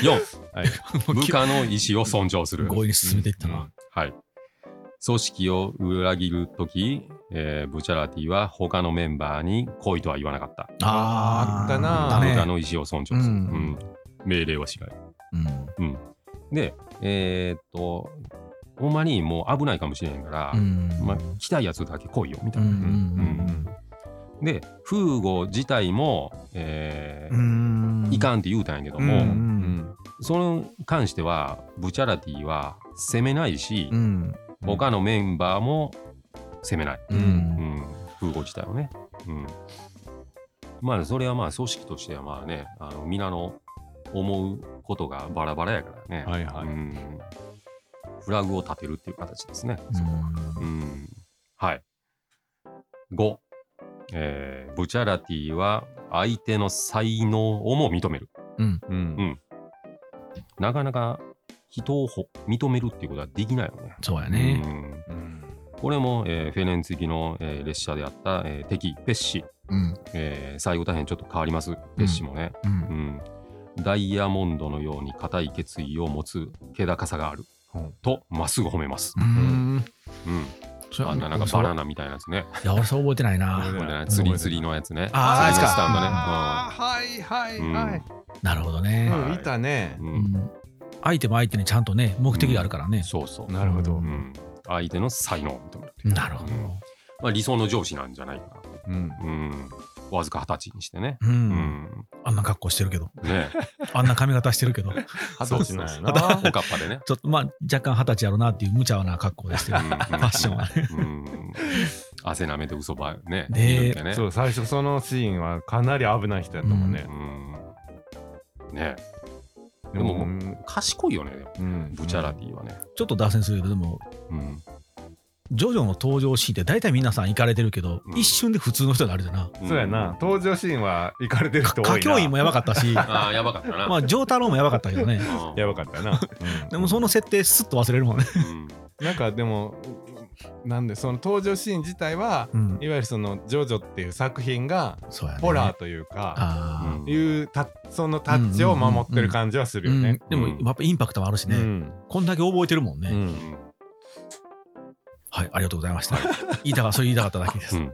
Speaker 1: 4
Speaker 3: はい
Speaker 2: もう
Speaker 1: 部下の意思を尊重する。
Speaker 2: 強引に進めていった
Speaker 1: うん
Speaker 2: な、
Speaker 1: はい。組織を裏切るとき、えーブチャラティは他のメンバーに恋とは言わなかった。
Speaker 2: あー
Speaker 3: あったな
Speaker 2: あった
Speaker 1: 部
Speaker 2: ね
Speaker 1: 下の意思を尊重する。
Speaker 2: うん
Speaker 1: うん命令はしない。
Speaker 2: うん
Speaker 1: で、えーっと、ほんまにもう危ないかもしれへんから、
Speaker 2: うん
Speaker 1: まあ、来たいやつだけ来いよみた
Speaker 2: う
Speaker 1: い
Speaker 2: ん
Speaker 1: な。
Speaker 3: うん
Speaker 1: で、フーゴ自体も、え
Speaker 2: う
Speaker 1: ー
Speaker 2: んうん
Speaker 1: いかんって言うたんやけど
Speaker 3: うん
Speaker 1: も、
Speaker 3: うん
Speaker 1: それに関しては、ブチャラティは責めないし、
Speaker 2: うん
Speaker 1: 他のメンバーも攻めない、
Speaker 2: う
Speaker 1: うんん、風合自体をね、うん、まあそれはまあ組織としてはまあねあの皆の思うことがバラバラやからね、
Speaker 3: はいはい
Speaker 1: うん、フラグを立てるっていう形ですね、
Speaker 2: うん
Speaker 1: うん、はい5、えーブチャラティは相手の才能をも認める
Speaker 3: うん
Speaker 1: なかなか人をほ認めるっていうことはできないよね
Speaker 2: そうやね
Speaker 1: うん
Speaker 3: うん
Speaker 1: これも、えーフェレンツ行きの、えー列車であった、えー敵ペッシ、
Speaker 2: うん
Speaker 1: えー最後大変ちょっと変わりますペッシもね、
Speaker 2: う
Speaker 1: うんんダイヤモンドのように固い決意を持つ気高さがある、
Speaker 3: うん
Speaker 1: とまっすぐ褒めます、
Speaker 2: うん
Speaker 1: うん
Speaker 2: それ
Speaker 1: あんななんかバナナみたいなやつね
Speaker 2: いや俺それ覚えてない
Speaker 3: 覚
Speaker 2: な
Speaker 3: えて
Speaker 1: これね
Speaker 3: うん
Speaker 1: 釣り釣りのやつね
Speaker 2: あー
Speaker 1: 釣りの
Speaker 3: あ
Speaker 1: ス
Speaker 3: ーはいはいはい。
Speaker 2: なるほどね
Speaker 1: はい
Speaker 3: うんいたね
Speaker 1: タンドね、う
Speaker 2: うん
Speaker 1: うん
Speaker 2: ん相手も相手にちゃんとね目的があるからね
Speaker 1: そうそう、
Speaker 3: なるほど
Speaker 1: う。ん相手の才能を認めるっていう
Speaker 2: なるほど
Speaker 1: うんまあ、理想の上司なんじゃないかな、
Speaker 3: うん
Speaker 1: うん、わずか二十歳にしてね、
Speaker 2: う
Speaker 1: うんん
Speaker 2: あんな格好してるけど
Speaker 1: ね
Speaker 2: あんな髪型してるけど
Speaker 3: 二十歳なんやな。
Speaker 1: おかっぱで
Speaker 3: [LAUGHS]
Speaker 1: ね
Speaker 2: ちょっとまあ若干二十歳やろうなっていう無茶な格好ですけど、フ
Speaker 1: フ
Speaker 2: ァッションはね。
Speaker 1: うん汗なめて嘘ばね。
Speaker 2: ねえ
Speaker 1: 言うてね
Speaker 3: そう最初そのシーンはかなり危ない人やったもんね
Speaker 1: う。んねでも
Speaker 3: うん
Speaker 1: 賢いよね、でも
Speaker 3: うん
Speaker 1: ブチャラティはね。
Speaker 2: ちょっと脱線するけど、でも、
Speaker 1: うん
Speaker 2: ジョジョの登場シーンって大体皆さん行かれてるけど、
Speaker 1: うん
Speaker 2: 一瞬で普通の人になるじゃな。
Speaker 3: そうやな。。登場シーンは行かれてる人多いな。
Speaker 2: 歌教員もやばかったし、
Speaker 1: ああ、やばかったな。
Speaker 2: まあ、ジョータローもやばかったけどね。
Speaker 1: うん
Speaker 3: やばかったな。うん
Speaker 2: でもその設定すっと忘れるもんね。
Speaker 1: うん
Speaker 3: なんかでもなんでその登場シーン自体は
Speaker 2: うん。
Speaker 3: いわゆるそのジョジョっていう作品が
Speaker 2: そうやね。
Speaker 3: ホラーというか。
Speaker 2: あ
Speaker 1: うん
Speaker 3: いうたそのタッチを守ってる感じはす
Speaker 2: あ。う
Speaker 3: るよ
Speaker 2: ん
Speaker 3: ね。、
Speaker 2: でもやっぱインパクトもあるしね、こんだけ覚えてるもんね、
Speaker 3: うん
Speaker 1: うん
Speaker 2: はいありがとうございました言いたかそれ言いたかっただけです、
Speaker 1: うん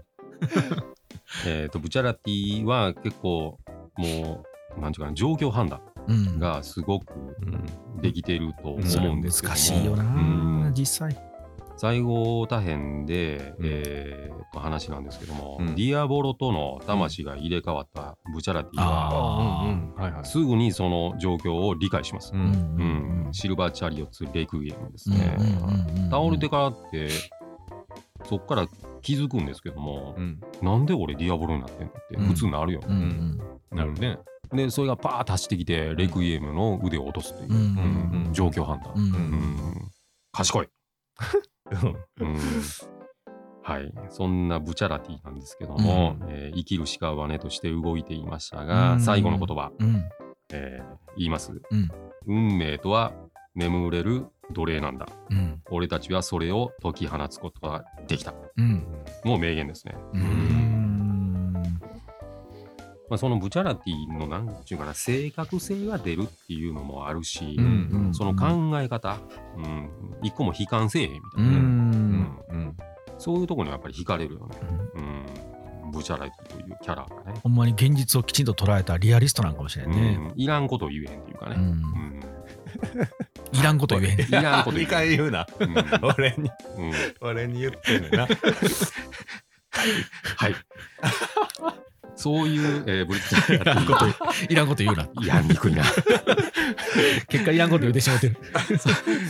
Speaker 1: えっと、ブチャラティは結構、もう、なんちゅうかな、状況判断
Speaker 2: うん
Speaker 1: がすごく
Speaker 3: うん
Speaker 1: できてると
Speaker 3: うん
Speaker 2: それ
Speaker 1: 思うん
Speaker 2: 難
Speaker 1: ですけども。
Speaker 2: しいよな、
Speaker 1: うん
Speaker 2: 実際
Speaker 1: 最後大変で、
Speaker 3: うん
Speaker 1: えーっと話なんですけども、
Speaker 3: うん
Speaker 1: ディアボロとの魂が入れ替わったブチャラティ
Speaker 2: あ
Speaker 1: は、
Speaker 2: あー
Speaker 3: うんうんはいはい。
Speaker 1: すぐにその状況を理解します
Speaker 3: う、
Speaker 2: うん
Speaker 3: ん
Speaker 1: うん
Speaker 2: うん
Speaker 1: シルバーチャリオッツレイクゲームです
Speaker 2: うん
Speaker 1: ね、
Speaker 2: うんうん
Speaker 1: 倒れてからってそっから気づくんですけども、
Speaker 3: うん
Speaker 1: なんで俺ディアボロになってんのって
Speaker 2: うん
Speaker 1: 普通なるよ、
Speaker 2: うんうん
Speaker 3: なるね。
Speaker 1: でそれがパーッと走ってきてレイクゲームの腕を落とすという、
Speaker 2: うん
Speaker 1: うん
Speaker 3: うん
Speaker 1: 状況判断、
Speaker 2: うん
Speaker 1: うん賢い、うん、はい、そんなブチャラティなんですけども、えー生きる屍として動いていましたが、
Speaker 2: うん
Speaker 1: 最後の言葉、
Speaker 2: うん。
Speaker 1: えー言います、
Speaker 2: うん
Speaker 1: 運命とは眠れる奴隷なんだ
Speaker 2: うん。
Speaker 1: 俺たちはそれを解き放つことができた
Speaker 2: うん。
Speaker 1: もう名言ですね、
Speaker 2: うーん。
Speaker 1: まあ、そのブチャラティのなんていうかな正確性が出るっていうのもあるし、
Speaker 3: うん
Speaker 2: うん
Speaker 1: その考え方、うん、一個も悲観せえへんみた
Speaker 2: う。
Speaker 1: いなね、うんん
Speaker 3: うん
Speaker 1: そういうところにやっぱり惹かれるよね、うん、ブチャラティというキャラがね、
Speaker 2: ほんまに現実をきちんと捉えたリアリストなんかもしれんね。
Speaker 1: うん、いらんこと言えへんっていうか
Speaker 2: う
Speaker 1: ね、
Speaker 2: ん。いらんこと言えへん。
Speaker 1: いらんこと言
Speaker 3: 二 [LAUGHS]
Speaker 1: え
Speaker 3: 回
Speaker 1: へん。
Speaker 3: 言
Speaker 1: [LAUGHS]
Speaker 3: うな
Speaker 1: うん
Speaker 3: 俺に
Speaker 1: うん
Speaker 3: 俺に言ってるな
Speaker 1: はい。そういう、えー、ブリッジャー
Speaker 2: いらんこと言う、いらんこと言うな。
Speaker 3: [LAUGHS]
Speaker 1: いや、にくいな。
Speaker 2: [LAUGHS] 結果いらんこと言うてしまってる。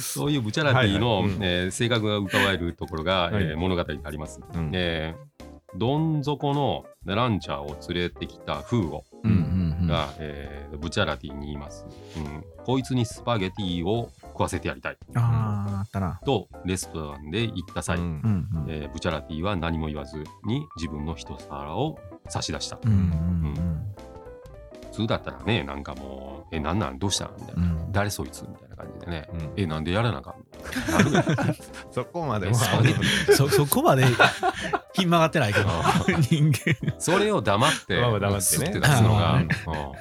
Speaker 1: そういうブチャラティの、
Speaker 3: はいはいうん
Speaker 1: えー性格が伺えるところが、
Speaker 3: はい
Speaker 1: えー物語になります。
Speaker 3: うん
Speaker 1: えーどん底のランチャーを連れてきたフーゴ
Speaker 2: うんうん
Speaker 1: が、えーブチャラティに言います、うん。こいつにスパゲティを食わせてやりたい
Speaker 2: うん。ああ、あったな。
Speaker 1: とレストランで言った際、
Speaker 3: うん
Speaker 2: うんうん。
Speaker 1: えーブチャラティは何も言わずに自分の一皿を差し出した。
Speaker 2: うんうん
Speaker 1: 普通だったらね、なんかもう、え、なんなんどうしたみたいな
Speaker 2: う。ん。
Speaker 1: 誰そいつみたいな感じでね、
Speaker 3: うん
Speaker 1: えなんでやらなあかんなるやん
Speaker 3: [LAUGHS] そこまで
Speaker 1: えそれ
Speaker 2: そそこまで [LAUGHS] ひん曲がってないけど人間
Speaker 1: [LAUGHS] それを黙って
Speaker 3: まあまあ黙ってね
Speaker 1: スッて出すのが、
Speaker 2: あ
Speaker 1: うん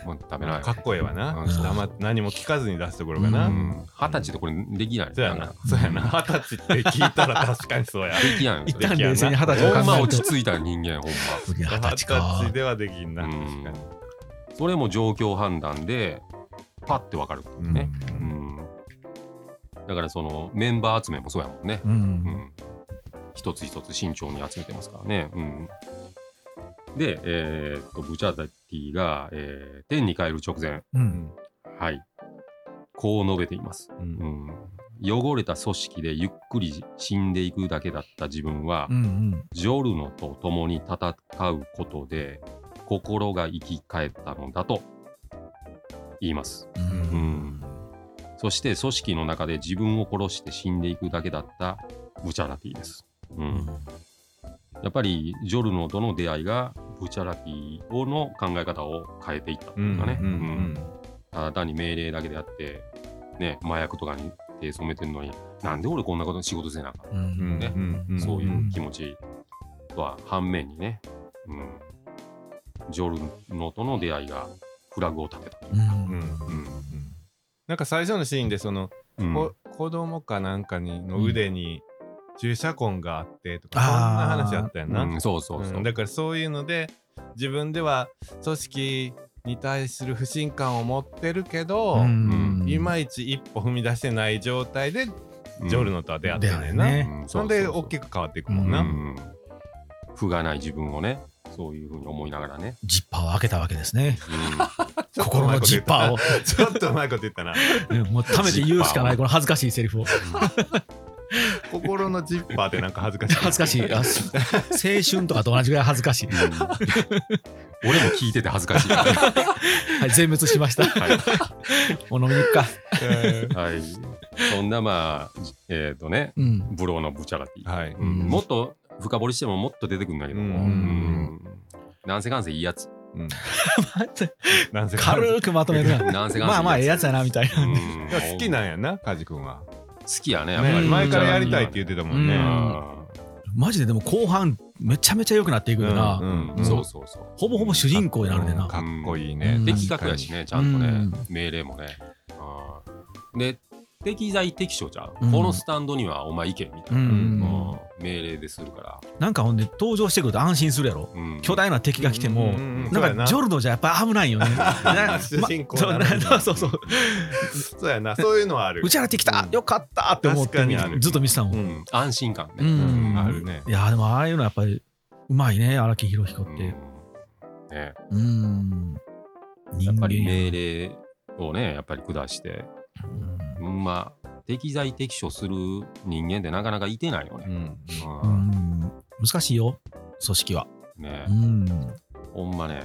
Speaker 1: もうダメな
Speaker 3: かっこええわな
Speaker 1: うん
Speaker 3: 黙って何も聞かずに出すところが
Speaker 1: う
Speaker 3: なん
Speaker 1: 二十歳でこれできない
Speaker 3: そうやなそうやな二十歳って聞いたら確かにそうや
Speaker 1: できない
Speaker 2: 一旦冷静に二十歳を
Speaker 1: ほんま
Speaker 2: 考え
Speaker 1: 落
Speaker 2: て
Speaker 1: ち着いた人間ほん
Speaker 2: 二十
Speaker 3: 二十
Speaker 2: 歳か
Speaker 3: 歳ではできんな
Speaker 1: ま、
Speaker 3: 確
Speaker 1: うん
Speaker 3: かに
Speaker 1: それも状況判断でパッてわかる
Speaker 2: うん
Speaker 1: ね、うんだからそのメンバー集めもそうやもんね
Speaker 2: う
Speaker 1: うんん、一つ一つ慎重に集めてますからね。うん、で、えーっとブチャダティが、えー天に帰る直前、
Speaker 2: うん
Speaker 1: はい、こう述べています、
Speaker 3: う
Speaker 1: うんん。汚れた組織でゆっくり死んでいくだけだった自分は、
Speaker 2: うん
Speaker 1: ジョルノと共に戦うことで心が生き返ったのだと言います。
Speaker 2: う
Speaker 1: うんんそして組織の中で自分を殺して死んでいくだけだったブチャラティです。うん、やっぱりジョルノとの出会いがブチャラティの考え方を変えていったというかね、
Speaker 3: うんうん
Speaker 1: うんただ単に命令だけであって、ね、麻薬とかに手染めてるのになんで俺こんなこと仕事せなあかん、
Speaker 2: うんうん
Speaker 1: ね
Speaker 3: うんうん
Speaker 1: そういう気持ちとは反面にね、うん、ジョルノとの出会いがフラグを立てたという
Speaker 2: う
Speaker 1: か。
Speaker 2: ん
Speaker 3: うん
Speaker 1: うん
Speaker 3: なんか最初のシーンでその、
Speaker 1: うん
Speaker 3: こ子供かなんかにの腕に注射痕があってとか、そん
Speaker 2: あー
Speaker 3: な話あったよな、
Speaker 1: うんそうそうそう、
Speaker 3: うんだからそういうので自分では組織に対する不信感を持ってるけど、
Speaker 2: うん
Speaker 3: いまいち一歩踏み出してない状態でジョルノとは出会ってんねんな、
Speaker 2: 出会いね
Speaker 1: うん
Speaker 3: そんで大きく変わっていくもん
Speaker 1: う
Speaker 3: な、
Speaker 1: ん、不がない自分をねそういうふうに思いながらね、
Speaker 2: ジッパーを開けたわけですね
Speaker 1: う
Speaker 3: ちょっとう
Speaker 2: 心
Speaker 3: まい
Speaker 2: の
Speaker 3: こと
Speaker 2: ジ
Speaker 3: 言
Speaker 2: ッ
Speaker 3: った
Speaker 2: パー
Speaker 3: な
Speaker 2: を
Speaker 3: [LAUGHS] ちょっとうまいこと言ったな
Speaker 2: うんもうためて言うしかないこの恥ずかしいセリフを [LAUGHS]
Speaker 3: 心のジッパーってなんか恥ずかしい
Speaker 2: 恥ずかしいあす青春とかと同じぐらい恥ずかしい、
Speaker 1: ん俺も聞いてて恥ずかし
Speaker 2: [LAUGHS]
Speaker 1: い、は
Speaker 2: はい、全滅しましたお飲みに行くか
Speaker 3: うん
Speaker 1: いはい、そんなまあえっ、とね [LAUGHS]
Speaker 2: うん
Speaker 1: ブローのブチャラティ、
Speaker 3: [LAUGHS] はい
Speaker 1: うんもっと深掘りしてももっと出てくるんだけども、
Speaker 3: うん
Speaker 1: うんなんせかんせいいやつ、
Speaker 3: うん
Speaker 2: 待って
Speaker 3: なんせ
Speaker 2: 軽くまとめるな
Speaker 1: なんせかんせいいやつ
Speaker 2: まあまあええやつやなみたいな
Speaker 1: うん
Speaker 3: でも好きなんやな、カジ君は。
Speaker 1: 好きやねやっぱ
Speaker 3: ね
Speaker 1: り、
Speaker 3: 前からやりたいって言ってたもんね。
Speaker 2: う
Speaker 1: うん
Speaker 2: マジででも後半めちゃめちゃ良くなっていくよな、
Speaker 1: ん
Speaker 3: うん
Speaker 1: そうそうそう
Speaker 2: ほぼほぼ主人公になるでな
Speaker 3: かっこいいね
Speaker 2: う。ん
Speaker 1: 的確やしね、ちゃんとね、
Speaker 2: うん
Speaker 1: 命令もね。あーで、適材適所じゃん。
Speaker 2: うん
Speaker 1: このスタンドにはお前意見みたい
Speaker 2: うん
Speaker 1: な。
Speaker 3: ん
Speaker 1: うん命令でするから。
Speaker 2: なんかほんで登場してくると安心するやろ
Speaker 1: うん
Speaker 2: 巨大な敵が来ても、
Speaker 3: うんうんうん
Speaker 2: [LAUGHS] なんかジョルノじゃやっぱ危ないよね。な
Speaker 3: 主人公
Speaker 2: ま
Speaker 3: なのに
Speaker 2: そうそうそうそう。
Speaker 3: そうやな、そういうのはある
Speaker 2: う。ちらてきた
Speaker 3: うん
Speaker 2: よかったって思って
Speaker 3: 確かにある
Speaker 2: ずっと見てたもん。
Speaker 3: う
Speaker 1: うんん安心感ね。
Speaker 2: うん
Speaker 1: うん
Speaker 3: あるね。
Speaker 2: いやーでもああいうのやっぱりうまいね荒木宏彦っ
Speaker 1: うん
Speaker 2: て。
Speaker 1: ね
Speaker 2: うん。
Speaker 1: やっぱり
Speaker 2: 人間
Speaker 1: 命令をね、やっぱり下して、うんまあ、適材適所する人間ってなかなかいてないよ
Speaker 3: う
Speaker 1: ね。
Speaker 3: ん [LAUGHS]
Speaker 2: う
Speaker 1: うん
Speaker 2: ん難しいよ組織は。
Speaker 1: ね
Speaker 2: うん。
Speaker 1: ほんまね、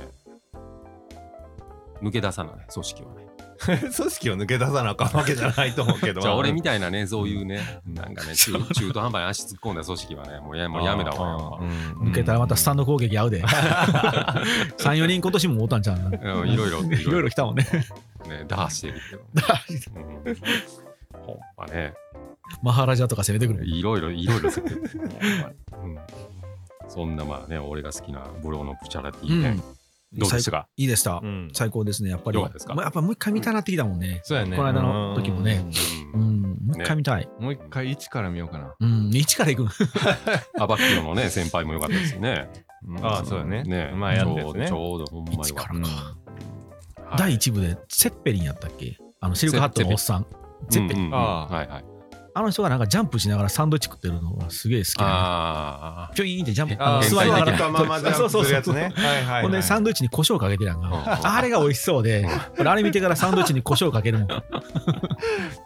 Speaker 1: 抜け出さない、組織はね。
Speaker 3: 組織を抜け出さなあかんわけじゃないと思うけど
Speaker 1: じゃあ俺み
Speaker 3: た
Speaker 1: たいなね、そういうね、なんかね、中中途半端に足突っ込んだ組織はね、もうやもうやめたわよ。
Speaker 2: 受けたらまたスタ
Speaker 3: ン
Speaker 2: ンド攻撃合うで。3、4人今年もおったんちゃうな。
Speaker 1: うんいろいろ、
Speaker 2: いろいろ来たもんね。
Speaker 1: ね、打破してるけど。うんほんまね、
Speaker 2: マハラジャとか攻めてくる。
Speaker 1: いろいろ、いろいろするけどほんまにうんそんなまあね、俺が好きなブローのプチャラティね、どうでしたか
Speaker 2: いいでした
Speaker 3: う。ん
Speaker 2: 最高ですね、やっぱり。
Speaker 1: よかったですか
Speaker 2: まあやっぱもう一回見たなってきたもんね。
Speaker 3: そうやね
Speaker 2: この間の時もねう
Speaker 1: うん
Speaker 2: ん、もう一回見たい。
Speaker 3: もう一回一から見ようかな
Speaker 2: うん、一から行くの。
Speaker 1: アバッキオのね、先輩も良かったですね。ん
Speaker 3: ああそうだね
Speaker 1: ね
Speaker 3: まあやったやつね
Speaker 1: ちょうどちょうどほんま
Speaker 2: 一
Speaker 1: に
Speaker 2: から
Speaker 3: うん
Speaker 2: か。
Speaker 1: はい
Speaker 2: 第1部で、セッペリンやったっけあの、シルクハットのおっさん。セッペリン。
Speaker 1: うんうんうん
Speaker 3: ああ
Speaker 1: はいはい。
Speaker 2: あの人がなんかジャンプしながらサンドイッチ食ってるのがすげえ好きな
Speaker 1: あ
Speaker 2: の。ピョイーンってジャンプ、
Speaker 1: あー
Speaker 2: の
Speaker 1: 座りながら
Speaker 3: 座ったままジャンプするやつねはいはい
Speaker 2: ほん
Speaker 3: は
Speaker 2: で
Speaker 3: い
Speaker 2: サンドイッチに胡椒かけてるやんか。
Speaker 1: あ。
Speaker 2: あれが美味しそうで、俺あれ見てからサンドイッチに胡椒かけるもん。か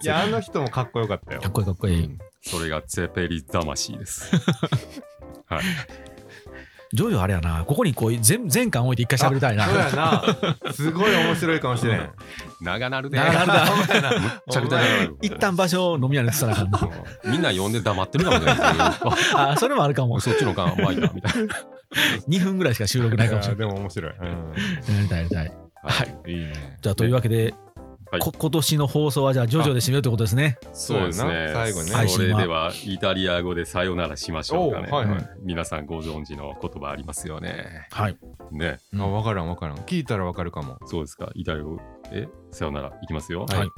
Speaker 3: いやあの人もかっこよかったよ
Speaker 2: っこいいかっこいい。
Speaker 1: それがゼペリ魂です。はい。
Speaker 2: ジョジョあれやな、ここにこう全全巻置いて一回喋りたいな。
Speaker 3: そうやなすごい面白いかもしれん
Speaker 1: 長なるで。
Speaker 2: 長なるだ
Speaker 1: [LAUGHS] むっちゃくちゃ長なる。
Speaker 2: 一旦場所を飲み屋に移さなあかんな
Speaker 1: みんな呼んで黙ってるかもしれないずっと。
Speaker 2: あそれもあるかも。
Speaker 1: そっちの間甘いなみたいな。
Speaker 2: 2分ぐらいしか収録ないかもしれ
Speaker 3: いやでも面白いうん
Speaker 2: ない。やりたいやりたい。
Speaker 1: はい。
Speaker 3: いいね
Speaker 2: じゃあというわけで、
Speaker 1: はい
Speaker 2: こ今年の放送はじゃあジョジョで締めるってことですね。
Speaker 1: そうですね。
Speaker 3: そうやな最後ね
Speaker 2: 配
Speaker 1: そ
Speaker 2: 信
Speaker 1: れ
Speaker 2: は
Speaker 1: ではイタリア語でさよならしましょうかね。
Speaker 3: おうはいはい
Speaker 1: 皆さんご存知の言葉ありますよね。
Speaker 2: はい。
Speaker 1: ね。
Speaker 3: あ分からん分からん聞いたら分かるかも
Speaker 1: そうですか。イタリア語えさよならいきますよ。
Speaker 2: はい。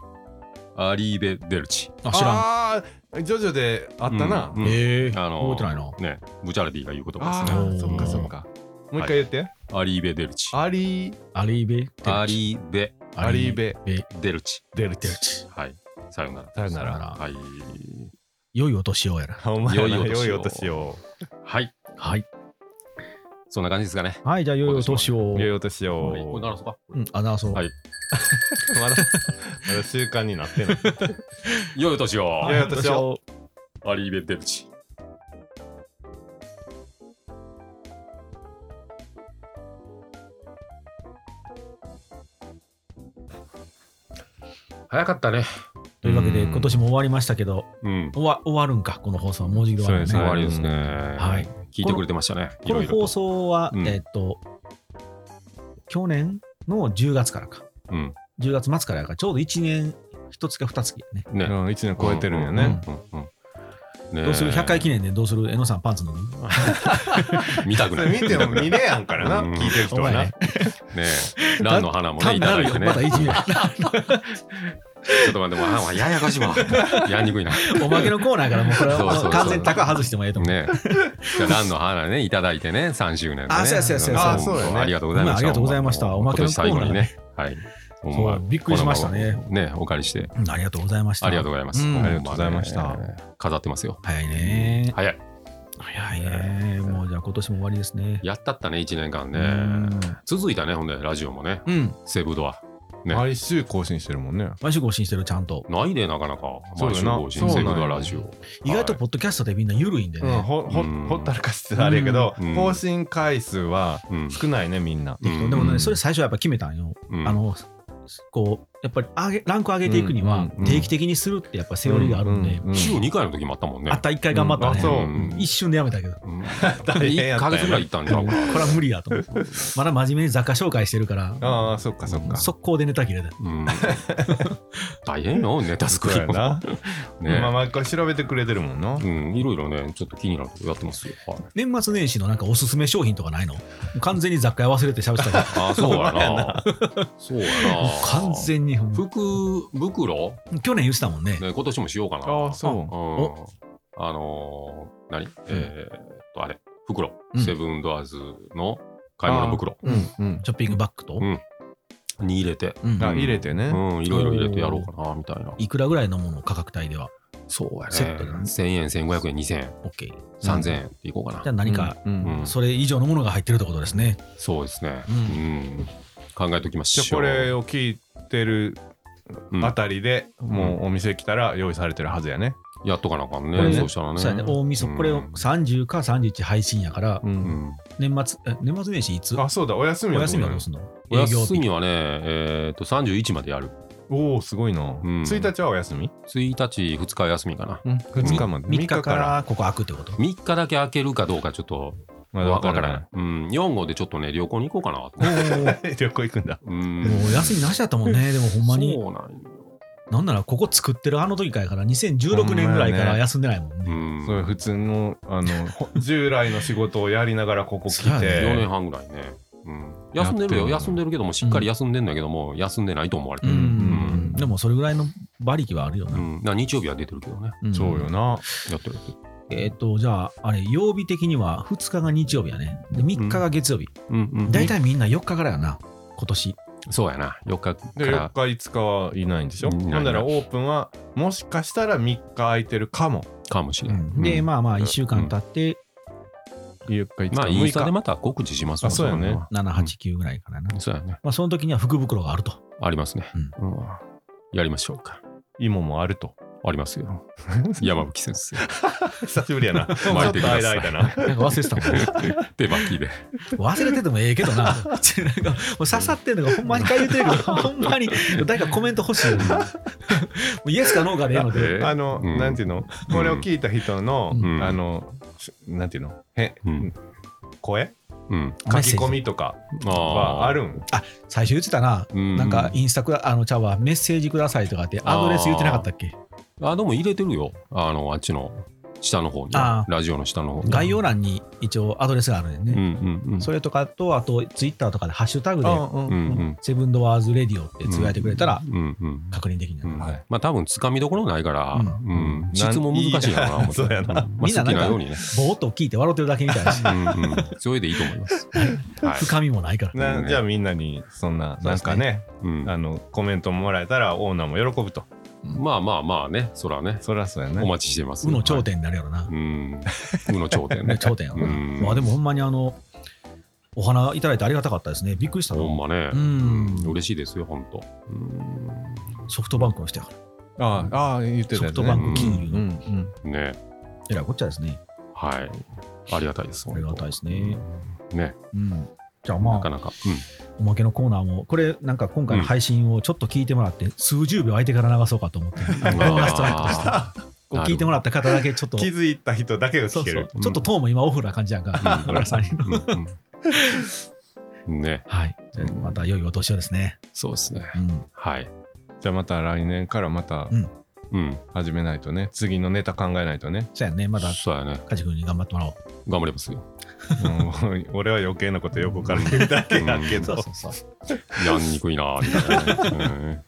Speaker 1: アリーベデルチ。
Speaker 2: あ知らん。
Speaker 3: あージョジョであったな
Speaker 1: うんうん
Speaker 2: ええ。
Speaker 1: あの
Speaker 2: 覚えてないな。
Speaker 1: ね、ブチャラティが言う言葉
Speaker 3: あ
Speaker 1: ですね。
Speaker 3: ーそっかそっかもう一回言って
Speaker 1: アリーベデルチ。
Speaker 3: アリー
Speaker 2: アリーベ。
Speaker 1: アリーベ
Speaker 3: アリーベ
Speaker 2: ベ。
Speaker 1: デルチ。
Speaker 3: デル
Speaker 2: デルチ。
Speaker 1: はい。さよなら。
Speaker 3: さよな
Speaker 2: さよな
Speaker 3: ら
Speaker 2: ら
Speaker 1: はい。
Speaker 2: 良いお年をやな。
Speaker 3: お前ら
Speaker 1: 良いお年を
Speaker 3: 良いお年を
Speaker 1: はい。
Speaker 2: はい。
Speaker 1: そんな感じですかね。
Speaker 2: はい、じゃあ良いお年を。
Speaker 3: 良いお年を
Speaker 1: はいこれ鳴らそうか。
Speaker 2: うん、あ、なそう。
Speaker 1: はい
Speaker 3: まだまだ習慣になってない
Speaker 1: 良いお年を。
Speaker 3: 良いお年を
Speaker 1: アリーベデルチ。早かったね。
Speaker 2: というわけで、今年も終わりましたけど、
Speaker 1: うん。
Speaker 2: 終わ終わるんか、この放送は、もうじき終わる
Speaker 3: そ
Speaker 1: 終
Speaker 3: う
Speaker 2: ね。
Speaker 1: わりですね。は
Speaker 2: はい
Speaker 1: い。聞いてくれてましたね。
Speaker 2: この放送は、
Speaker 1: いろいろとうん
Speaker 2: えーっと、去年の10月からか、
Speaker 1: うん。
Speaker 2: 10月末からやから、ちょうど1年、1月か2月ね。
Speaker 1: ね。
Speaker 3: うん一年超えてるんよ
Speaker 2: うん
Speaker 3: ね。
Speaker 1: うんうんうんねえ
Speaker 2: どうする ?100 回記念でどうする江野さんパンツ脱ぐ
Speaker 1: [LAUGHS] 見たく
Speaker 3: そ
Speaker 1: な
Speaker 3: れ
Speaker 1: い。
Speaker 3: 見ても見れやんからな、
Speaker 1: うん
Speaker 3: 聞いてる人
Speaker 2: お
Speaker 3: は
Speaker 2: 前
Speaker 3: な
Speaker 2: ね。
Speaker 1: ねえ、ランの花もね、いただいてね。
Speaker 2: また
Speaker 1: ち
Speaker 2: 1年。
Speaker 1: ょっと待って、もう
Speaker 2: [LAUGHS]
Speaker 1: あややこしいわ。やりにくいな。 [LAUGHS]
Speaker 2: おまけのコーナーからもうこれ
Speaker 1: そうそうそう
Speaker 2: は完全に高外してもええと思う。
Speaker 1: ねえ。ランの花ね、いただいてね、3周年でね。
Speaker 2: あそうやそうやそう
Speaker 3: や
Speaker 1: あ
Speaker 3: そうや
Speaker 1: 本当
Speaker 3: ね
Speaker 1: ありがとうございました。
Speaker 2: ありがとうございました
Speaker 1: おまけの
Speaker 2: おまけのコーナー
Speaker 1: にね。はい。ほんま
Speaker 2: そうびっくりしましたね。
Speaker 1: このままね、お借りして。
Speaker 2: うんありがとうございました。
Speaker 1: ありがとうございます。
Speaker 3: うん
Speaker 1: ほんね
Speaker 3: ありがとうございました。
Speaker 1: 飾ってますよ。
Speaker 2: 早いね。
Speaker 1: 早い。
Speaker 2: 早いね。もうじゃあ今年も終わりですね。
Speaker 1: やったったね、1年間
Speaker 2: う
Speaker 1: ね。
Speaker 2: ん
Speaker 1: 続いたね、ほんで、ラジオもね。
Speaker 2: うん。
Speaker 1: セブドア。ね
Speaker 3: 毎週更新してるもんね。
Speaker 2: 毎週更新してる、ちゃんと。
Speaker 1: ないで、なかなか。
Speaker 3: そ
Speaker 1: 毎
Speaker 3: うや
Speaker 1: 週
Speaker 3: な
Speaker 1: 更
Speaker 3: そ
Speaker 1: 新、
Speaker 3: うなん
Speaker 1: セ
Speaker 3: や
Speaker 1: ブドアラジオ。
Speaker 2: 意外とポッドキャストでみんな緩いんで
Speaker 3: うん、
Speaker 2: ね。
Speaker 3: ほほ
Speaker 1: うん
Speaker 3: ほったらかしてたらあれやけど、
Speaker 1: うん
Speaker 3: 更新回数は
Speaker 1: うん
Speaker 3: 少ないね、みんな。
Speaker 2: で
Speaker 1: うん
Speaker 2: でもね、それ最初はやっぱ決めたんよ。
Speaker 1: うん
Speaker 2: あの、こう、やっぱり上げランク上げていくには
Speaker 3: うん
Speaker 2: 定期的にするってやっぱセオリーがあるんで、
Speaker 3: うう
Speaker 1: 週2回の時もあったもんね
Speaker 2: あ。った一回頑張った
Speaker 3: あ、そ
Speaker 2: ね。
Speaker 3: う。
Speaker 1: うん
Speaker 2: 一瞬でやめたけど、こ [LAUGHS]
Speaker 1: うん
Speaker 3: 大変や
Speaker 1: 1
Speaker 3: っ
Speaker 1: ヶ
Speaker 3: たんや
Speaker 1: 月ぐらい行ったんじゃんか。
Speaker 2: れは無理やと思って。まだ真面目に雑貨紹介してるから、
Speaker 3: ああ、そっかそっか。
Speaker 2: 速攻でネタ切れた。
Speaker 1: うん [LAUGHS] 大変よ、ネタ作
Speaker 3: そ
Speaker 1: り
Speaker 3: うや
Speaker 1: も。
Speaker 3: な。
Speaker 1: ね
Speaker 3: まあ、毎回調べてくれてるもんな。
Speaker 1: うん、いろいろね、ちょっと気になることやってますよ。はい
Speaker 2: 年末年始のなんかおすすめ商品とかないの完全に雑貨屋忘れて喋ってたけど
Speaker 1: あ、そうやな。そうやな。
Speaker 2: 完全にほんま
Speaker 1: 福袋
Speaker 2: 去年言ってたもんね。
Speaker 1: ね今年もしようかな。
Speaker 3: ああ、そう。
Speaker 1: うん。あのー、何えーっと、あれ、袋。
Speaker 2: うん
Speaker 1: セブンドアーズの買い物袋
Speaker 3: うんうん。
Speaker 2: ショッピングバッグと。
Speaker 1: に入れて、
Speaker 2: うん
Speaker 3: あ、入れてね
Speaker 1: う。ん、いろいろ入れてやろうかな、みたいな。
Speaker 2: いくらぐらいのもの価格帯では
Speaker 1: そうやね。
Speaker 2: セットでね
Speaker 1: 1000円、1500円、2000円、
Speaker 2: OK。じ
Speaker 1: 3000円っていこうか
Speaker 2: ゃあ
Speaker 1: な。
Speaker 2: 何か
Speaker 3: うん。うん
Speaker 1: うん
Speaker 2: それ以上のものが入ってるってことですね。
Speaker 1: そうですね。
Speaker 2: う
Speaker 1: うん。考えときまし
Speaker 3: じ
Speaker 1: ょ
Speaker 3: ゃ
Speaker 1: う。
Speaker 3: あこれを聞いてる
Speaker 1: うん
Speaker 3: あたりで、もうお店来たら用意されてるはずやね。
Speaker 1: やっとかなあかん
Speaker 2: こ
Speaker 1: ね。
Speaker 2: れ
Speaker 1: そうしたらね。
Speaker 2: そうやね、大晦
Speaker 1: う
Speaker 2: 日、
Speaker 1: ん
Speaker 2: これを30か31配信やから、
Speaker 3: う。
Speaker 1: うんん
Speaker 2: 年末、え年末年始いつお
Speaker 3: あ、そうだ、お休みや
Speaker 2: 休みはど
Speaker 3: そうう
Speaker 2: すんの
Speaker 1: お
Speaker 2: 営業
Speaker 1: 休
Speaker 2: 日。
Speaker 1: みはね、えーっと、31までやる。
Speaker 3: おおすごいな、
Speaker 1: ん
Speaker 3: 1日はお休み、
Speaker 1: 1日、2日は休みかな。
Speaker 3: う2日まで
Speaker 2: 3日からここ開くってこと
Speaker 1: 3日だけ開けるかどうかちょっと
Speaker 3: まだ
Speaker 1: わ
Speaker 3: わ
Speaker 1: か
Speaker 3: からら
Speaker 1: な。
Speaker 3: な
Speaker 1: うん、
Speaker 3: いい
Speaker 1: 4号でちょっとね、旅行に行こうかなって。
Speaker 3: [LAUGHS] 旅行行くんだ
Speaker 1: うん
Speaker 2: もう休みなしだったもんね、でもほんまに。
Speaker 1: そうなんよ
Speaker 2: なんならここ作ってるあの時から、2016年ぐらいから休んでないもん
Speaker 1: う
Speaker 2: ね。
Speaker 1: ん。
Speaker 3: そう普通のあのほ従来の仕事をやりながらここ来
Speaker 2: そうや
Speaker 3: て、
Speaker 2: ね
Speaker 1: 4年半ぐらいね。うん、休んでる
Speaker 3: や
Speaker 1: よ、
Speaker 3: ってる
Speaker 1: 休んでるけども、しっかり休んでんだけども、休んでないと思われて
Speaker 2: うん
Speaker 1: る。
Speaker 2: う
Speaker 1: うんん。
Speaker 2: でもそれぐらいの馬力はあるよ
Speaker 1: う
Speaker 2: な。
Speaker 1: んだから日曜日は出てるけどね。
Speaker 2: ん
Speaker 3: そうよ。な
Speaker 1: やってるやってる。
Speaker 2: えっと、じゃあ、あれ、曜日的には2日が日曜日やね。で、3日が月曜日。
Speaker 1: うんうん。
Speaker 2: 大体みんな4日からやな、今年。
Speaker 1: そうやな、4日か
Speaker 3: で4
Speaker 1: ら。
Speaker 3: 日5日はいないんでしょ
Speaker 1: いないいない
Speaker 3: ほんならオープンはもしかしたら3日空いてるかも
Speaker 1: かもしれん。
Speaker 2: で、
Speaker 1: うん
Speaker 2: まあまあ、1週間経って、
Speaker 3: 4日5日
Speaker 1: まあ、イ
Speaker 3: 6
Speaker 1: ンスタで
Speaker 3: 日
Speaker 1: また告知しますわ
Speaker 3: あそうやね。
Speaker 2: 7、8、9ぐらいからな。
Speaker 1: そうやね。
Speaker 2: まあ、その時には福袋があると。
Speaker 1: ありますね。うんやりましょうか。
Speaker 3: 芋もあると
Speaker 1: ありますよ。山吹先生。
Speaker 3: [LAUGHS] 久しぶりやなちょっと
Speaker 1: 巻いてください
Speaker 3: 間空いたな
Speaker 2: なんか忘れてたもんね。
Speaker 1: 手巻きで。
Speaker 2: [LAUGHS] 忘れててもええけどな。 [LAUGHS] なんかもう刺さってんのがほんまに回言ってるけど、ほんまに誰かコメント欲しいよね。もうイエスかノーかでええので。
Speaker 1: えー
Speaker 3: あの、
Speaker 1: うん
Speaker 3: なんていうのこれを聞いた人の、
Speaker 1: うん
Speaker 3: あのしなんていうのへ、
Speaker 1: うん
Speaker 3: 声
Speaker 1: うん。
Speaker 3: 書き込みとかはあるん
Speaker 2: 最初言ってたな。
Speaker 1: うん
Speaker 2: なんかインスタくだあのちゃうわメッセージくださいとかってアドレス言ってなかったっけ
Speaker 1: あ、でも入れてるよ。あの、あっちの下の方に
Speaker 2: あ。
Speaker 1: ラジオの下の方に。
Speaker 2: 概要欄に一応アドレスがあるんで
Speaker 1: うん
Speaker 2: ね、
Speaker 1: うんうん。
Speaker 2: それとかとあとツイッターとかでハッシュタグで
Speaker 3: うん
Speaker 1: うんうん。
Speaker 2: 「セブンドワーズレディオ」ってつぶやいてくれたら
Speaker 1: うんうん
Speaker 2: 確認できるんじゃ
Speaker 1: う
Speaker 2: ない、
Speaker 1: ん
Speaker 3: はい
Speaker 1: まあ多分つかみどころないから、
Speaker 2: う
Speaker 1: うんん
Speaker 3: うん
Speaker 1: 質問難しいやろうな、
Speaker 3: いい
Speaker 1: 思って
Speaker 3: そうやな
Speaker 1: まあ好
Speaker 2: みん
Speaker 1: き
Speaker 2: ななんか
Speaker 1: なようにね。
Speaker 2: ぼーっと聞いて笑ってるだけみたいなし
Speaker 1: うんうん、それでいいと思います。はい
Speaker 2: 深みもないから
Speaker 3: なじゃあみんなにそんな、
Speaker 2: そう
Speaker 3: な
Speaker 2: で
Speaker 3: ん
Speaker 2: すね
Speaker 3: かね
Speaker 1: うん
Speaker 3: あのコメントもらえたらオーナーも喜ぶと
Speaker 1: まあまあまあね、そらね、
Speaker 3: そりゃそうや
Speaker 1: お
Speaker 3: ね
Speaker 1: 待ちしてます。
Speaker 2: うの頂点になるやろな
Speaker 1: は、い。うん、うの頂点ね。
Speaker 2: 頂点やろな、
Speaker 1: うん
Speaker 2: まあでもほんまにあのお花いただいてありがたかったですねびっくりした
Speaker 1: ほん
Speaker 2: の
Speaker 1: まね、
Speaker 2: うん
Speaker 1: うん嬉しいですよ、ほんと。
Speaker 2: ソフトバンクの人やか
Speaker 3: ああああ言っ
Speaker 2: ら
Speaker 3: てた
Speaker 2: ソ
Speaker 3: や
Speaker 2: フ
Speaker 3: つ
Speaker 2: トバ
Speaker 3: ね
Speaker 2: ンク金融の
Speaker 3: うんうん
Speaker 1: うんね、
Speaker 2: えらいこっちゃですね、
Speaker 1: はい。ありがたいです。ほんと
Speaker 2: ありがたいですね。
Speaker 1: ね、
Speaker 2: うん、じゃあ
Speaker 1: な
Speaker 2: ま
Speaker 1: か
Speaker 2: あ
Speaker 1: なか。
Speaker 2: おまけのコーナーもこれなんか今回の配信をちょっと聞いてもらって数十秒空いてから流そうかと思って、コ
Speaker 1: うん。
Speaker 2: ーナーストライクとして
Speaker 1: あー
Speaker 2: こう聞いてもらった方だけちょっと
Speaker 3: 気づいた人だけが
Speaker 2: そ
Speaker 3: 聞
Speaker 2: う
Speaker 3: け
Speaker 2: そ
Speaker 3: る
Speaker 2: うちょっとトーンも今オフな感じやんか、
Speaker 1: うん
Speaker 2: [LAUGHS] 村さんに
Speaker 1: うん
Speaker 2: [LAUGHS]
Speaker 1: うんね、
Speaker 2: はいじゃあまた良いお年をですね、
Speaker 1: そうですね。
Speaker 2: うん、
Speaker 1: はい。
Speaker 3: じゃあまた来年からまた
Speaker 1: うん、
Speaker 3: 始めないとね次のネタ考えないとね
Speaker 2: そうやねまた
Speaker 1: そうやね。
Speaker 2: 梶君に頑張ってもらおう
Speaker 1: 頑張りますよ。
Speaker 3: もう [LAUGHS] 俺は余計なことよくからるだけだけど
Speaker 2: そうそうそう
Speaker 1: やんにくいな、みたいなね。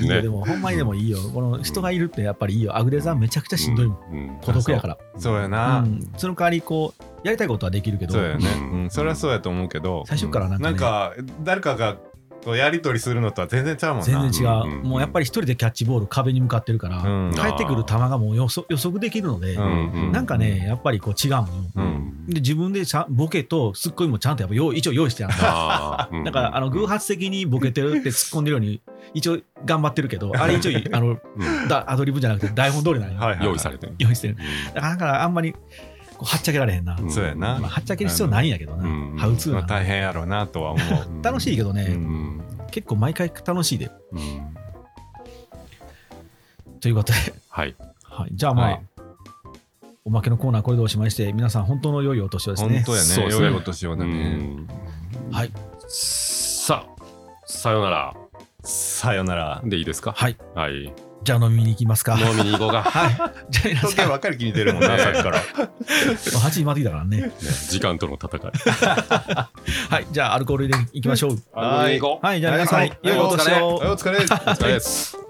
Speaker 2: いいよ
Speaker 1: ね
Speaker 2: でもほんまにでもいいよこの人がいるってやっぱりいいよアグレザーめちゃくちゃしんどいもん、
Speaker 1: うん
Speaker 2: 孤独やから
Speaker 3: そうや
Speaker 2: う、
Speaker 3: なん
Speaker 2: その代わりこうやりたいことはできるけど
Speaker 3: そうやね
Speaker 1: うん
Speaker 3: うんそりゃそうやと思うけど
Speaker 2: 最初からなんか,、ね
Speaker 3: なんか誰かがこうやり取りするのとは全然ちゃうもんな
Speaker 2: 全然違う、
Speaker 1: うん
Speaker 2: もうやっぱり一人でキャッチボール壁に向かってるから、
Speaker 3: うん
Speaker 2: 返ってくる球がもう予測予測できるので、
Speaker 3: うん
Speaker 1: うん
Speaker 2: なんかねやっぱりこう違うもんよ
Speaker 1: う
Speaker 3: うん
Speaker 1: ん。
Speaker 2: で自分でちゃんボケとツッコミもちゃんとやっぱ用一応用意してやんか
Speaker 1: あー
Speaker 2: だからあの偶、発的にボケてるって突っ込んでるように一応頑張ってるけどあれ一応あの
Speaker 1: うんうん
Speaker 2: だアドリブじゃなくて台本通りなんよ、
Speaker 3: はいはいはい
Speaker 1: 用意されてる。
Speaker 2: 用意してるだからだからあんまりこうはっちゃけられへんな、
Speaker 1: うん
Speaker 3: そうやな
Speaker 2: まあ、はっちゃける必要ないんやけどな、
Speaker 1: うん
Speaker 2: ハウツー
Speaker 3: まあ
Speaker 2: な、
Speaker 3: 大変やろうなとは [LAUGHS] 思う
Speaker 2: 楽しいけどね、
Speaker 3: うん
Speaker 1: うん
Speaker 2: 結構毎回楽しいで
Speaker 1: うん
Speaker 2: ということで、 [LAUGHS]
Speaker 1: はい。
Speaker 2: はい、じゃあまあ、
Speaker 3: はい
Speaker 2: おまけのコーナーこれでおしまいにして皆さん本当の良いお年をですね
Speaker 3: 本当や
Speaker 1: そう
Speaker 3: ね
Speaker 1: ですね
Speaker 3: 良いお年をだ
Speaker 1: う
Speaker 3: ね
Speaker 1: ん
Speaker 2: はい。
Speaker 1: さあ、さよなら
Speaker 3: さよなら
Speaker 1: でいいですか
Speaker 2: はい
Speaker 1: はい。飲
Speaker 2: じゃあ飲みに行きますか
Speaker 1: みに行こうか。
Speaker 2: はい [LAUGHS] じゃあ皆
Speaker 3: 時
Speaker 2: さ
Speaker 3: 計
Speaker 2: ん
Speaker 3: ばっかり気に入ってるもん [LAUGHS] なさっきから
Speaker 2: 8時待ってきたからね
Speaker 1: ね時間との戦い。
Speaker 2: はいじゃあアルコールで行きましょう
Speaker 1: 飲みに行こう
Speaker 2: はいじゃあ皆さん
Speaker 3: はい
Speaker 2: 良いお年を
Speaker 3: [LAUGHS] はいお疲れお疲れ
Speaker 1: お疲れです。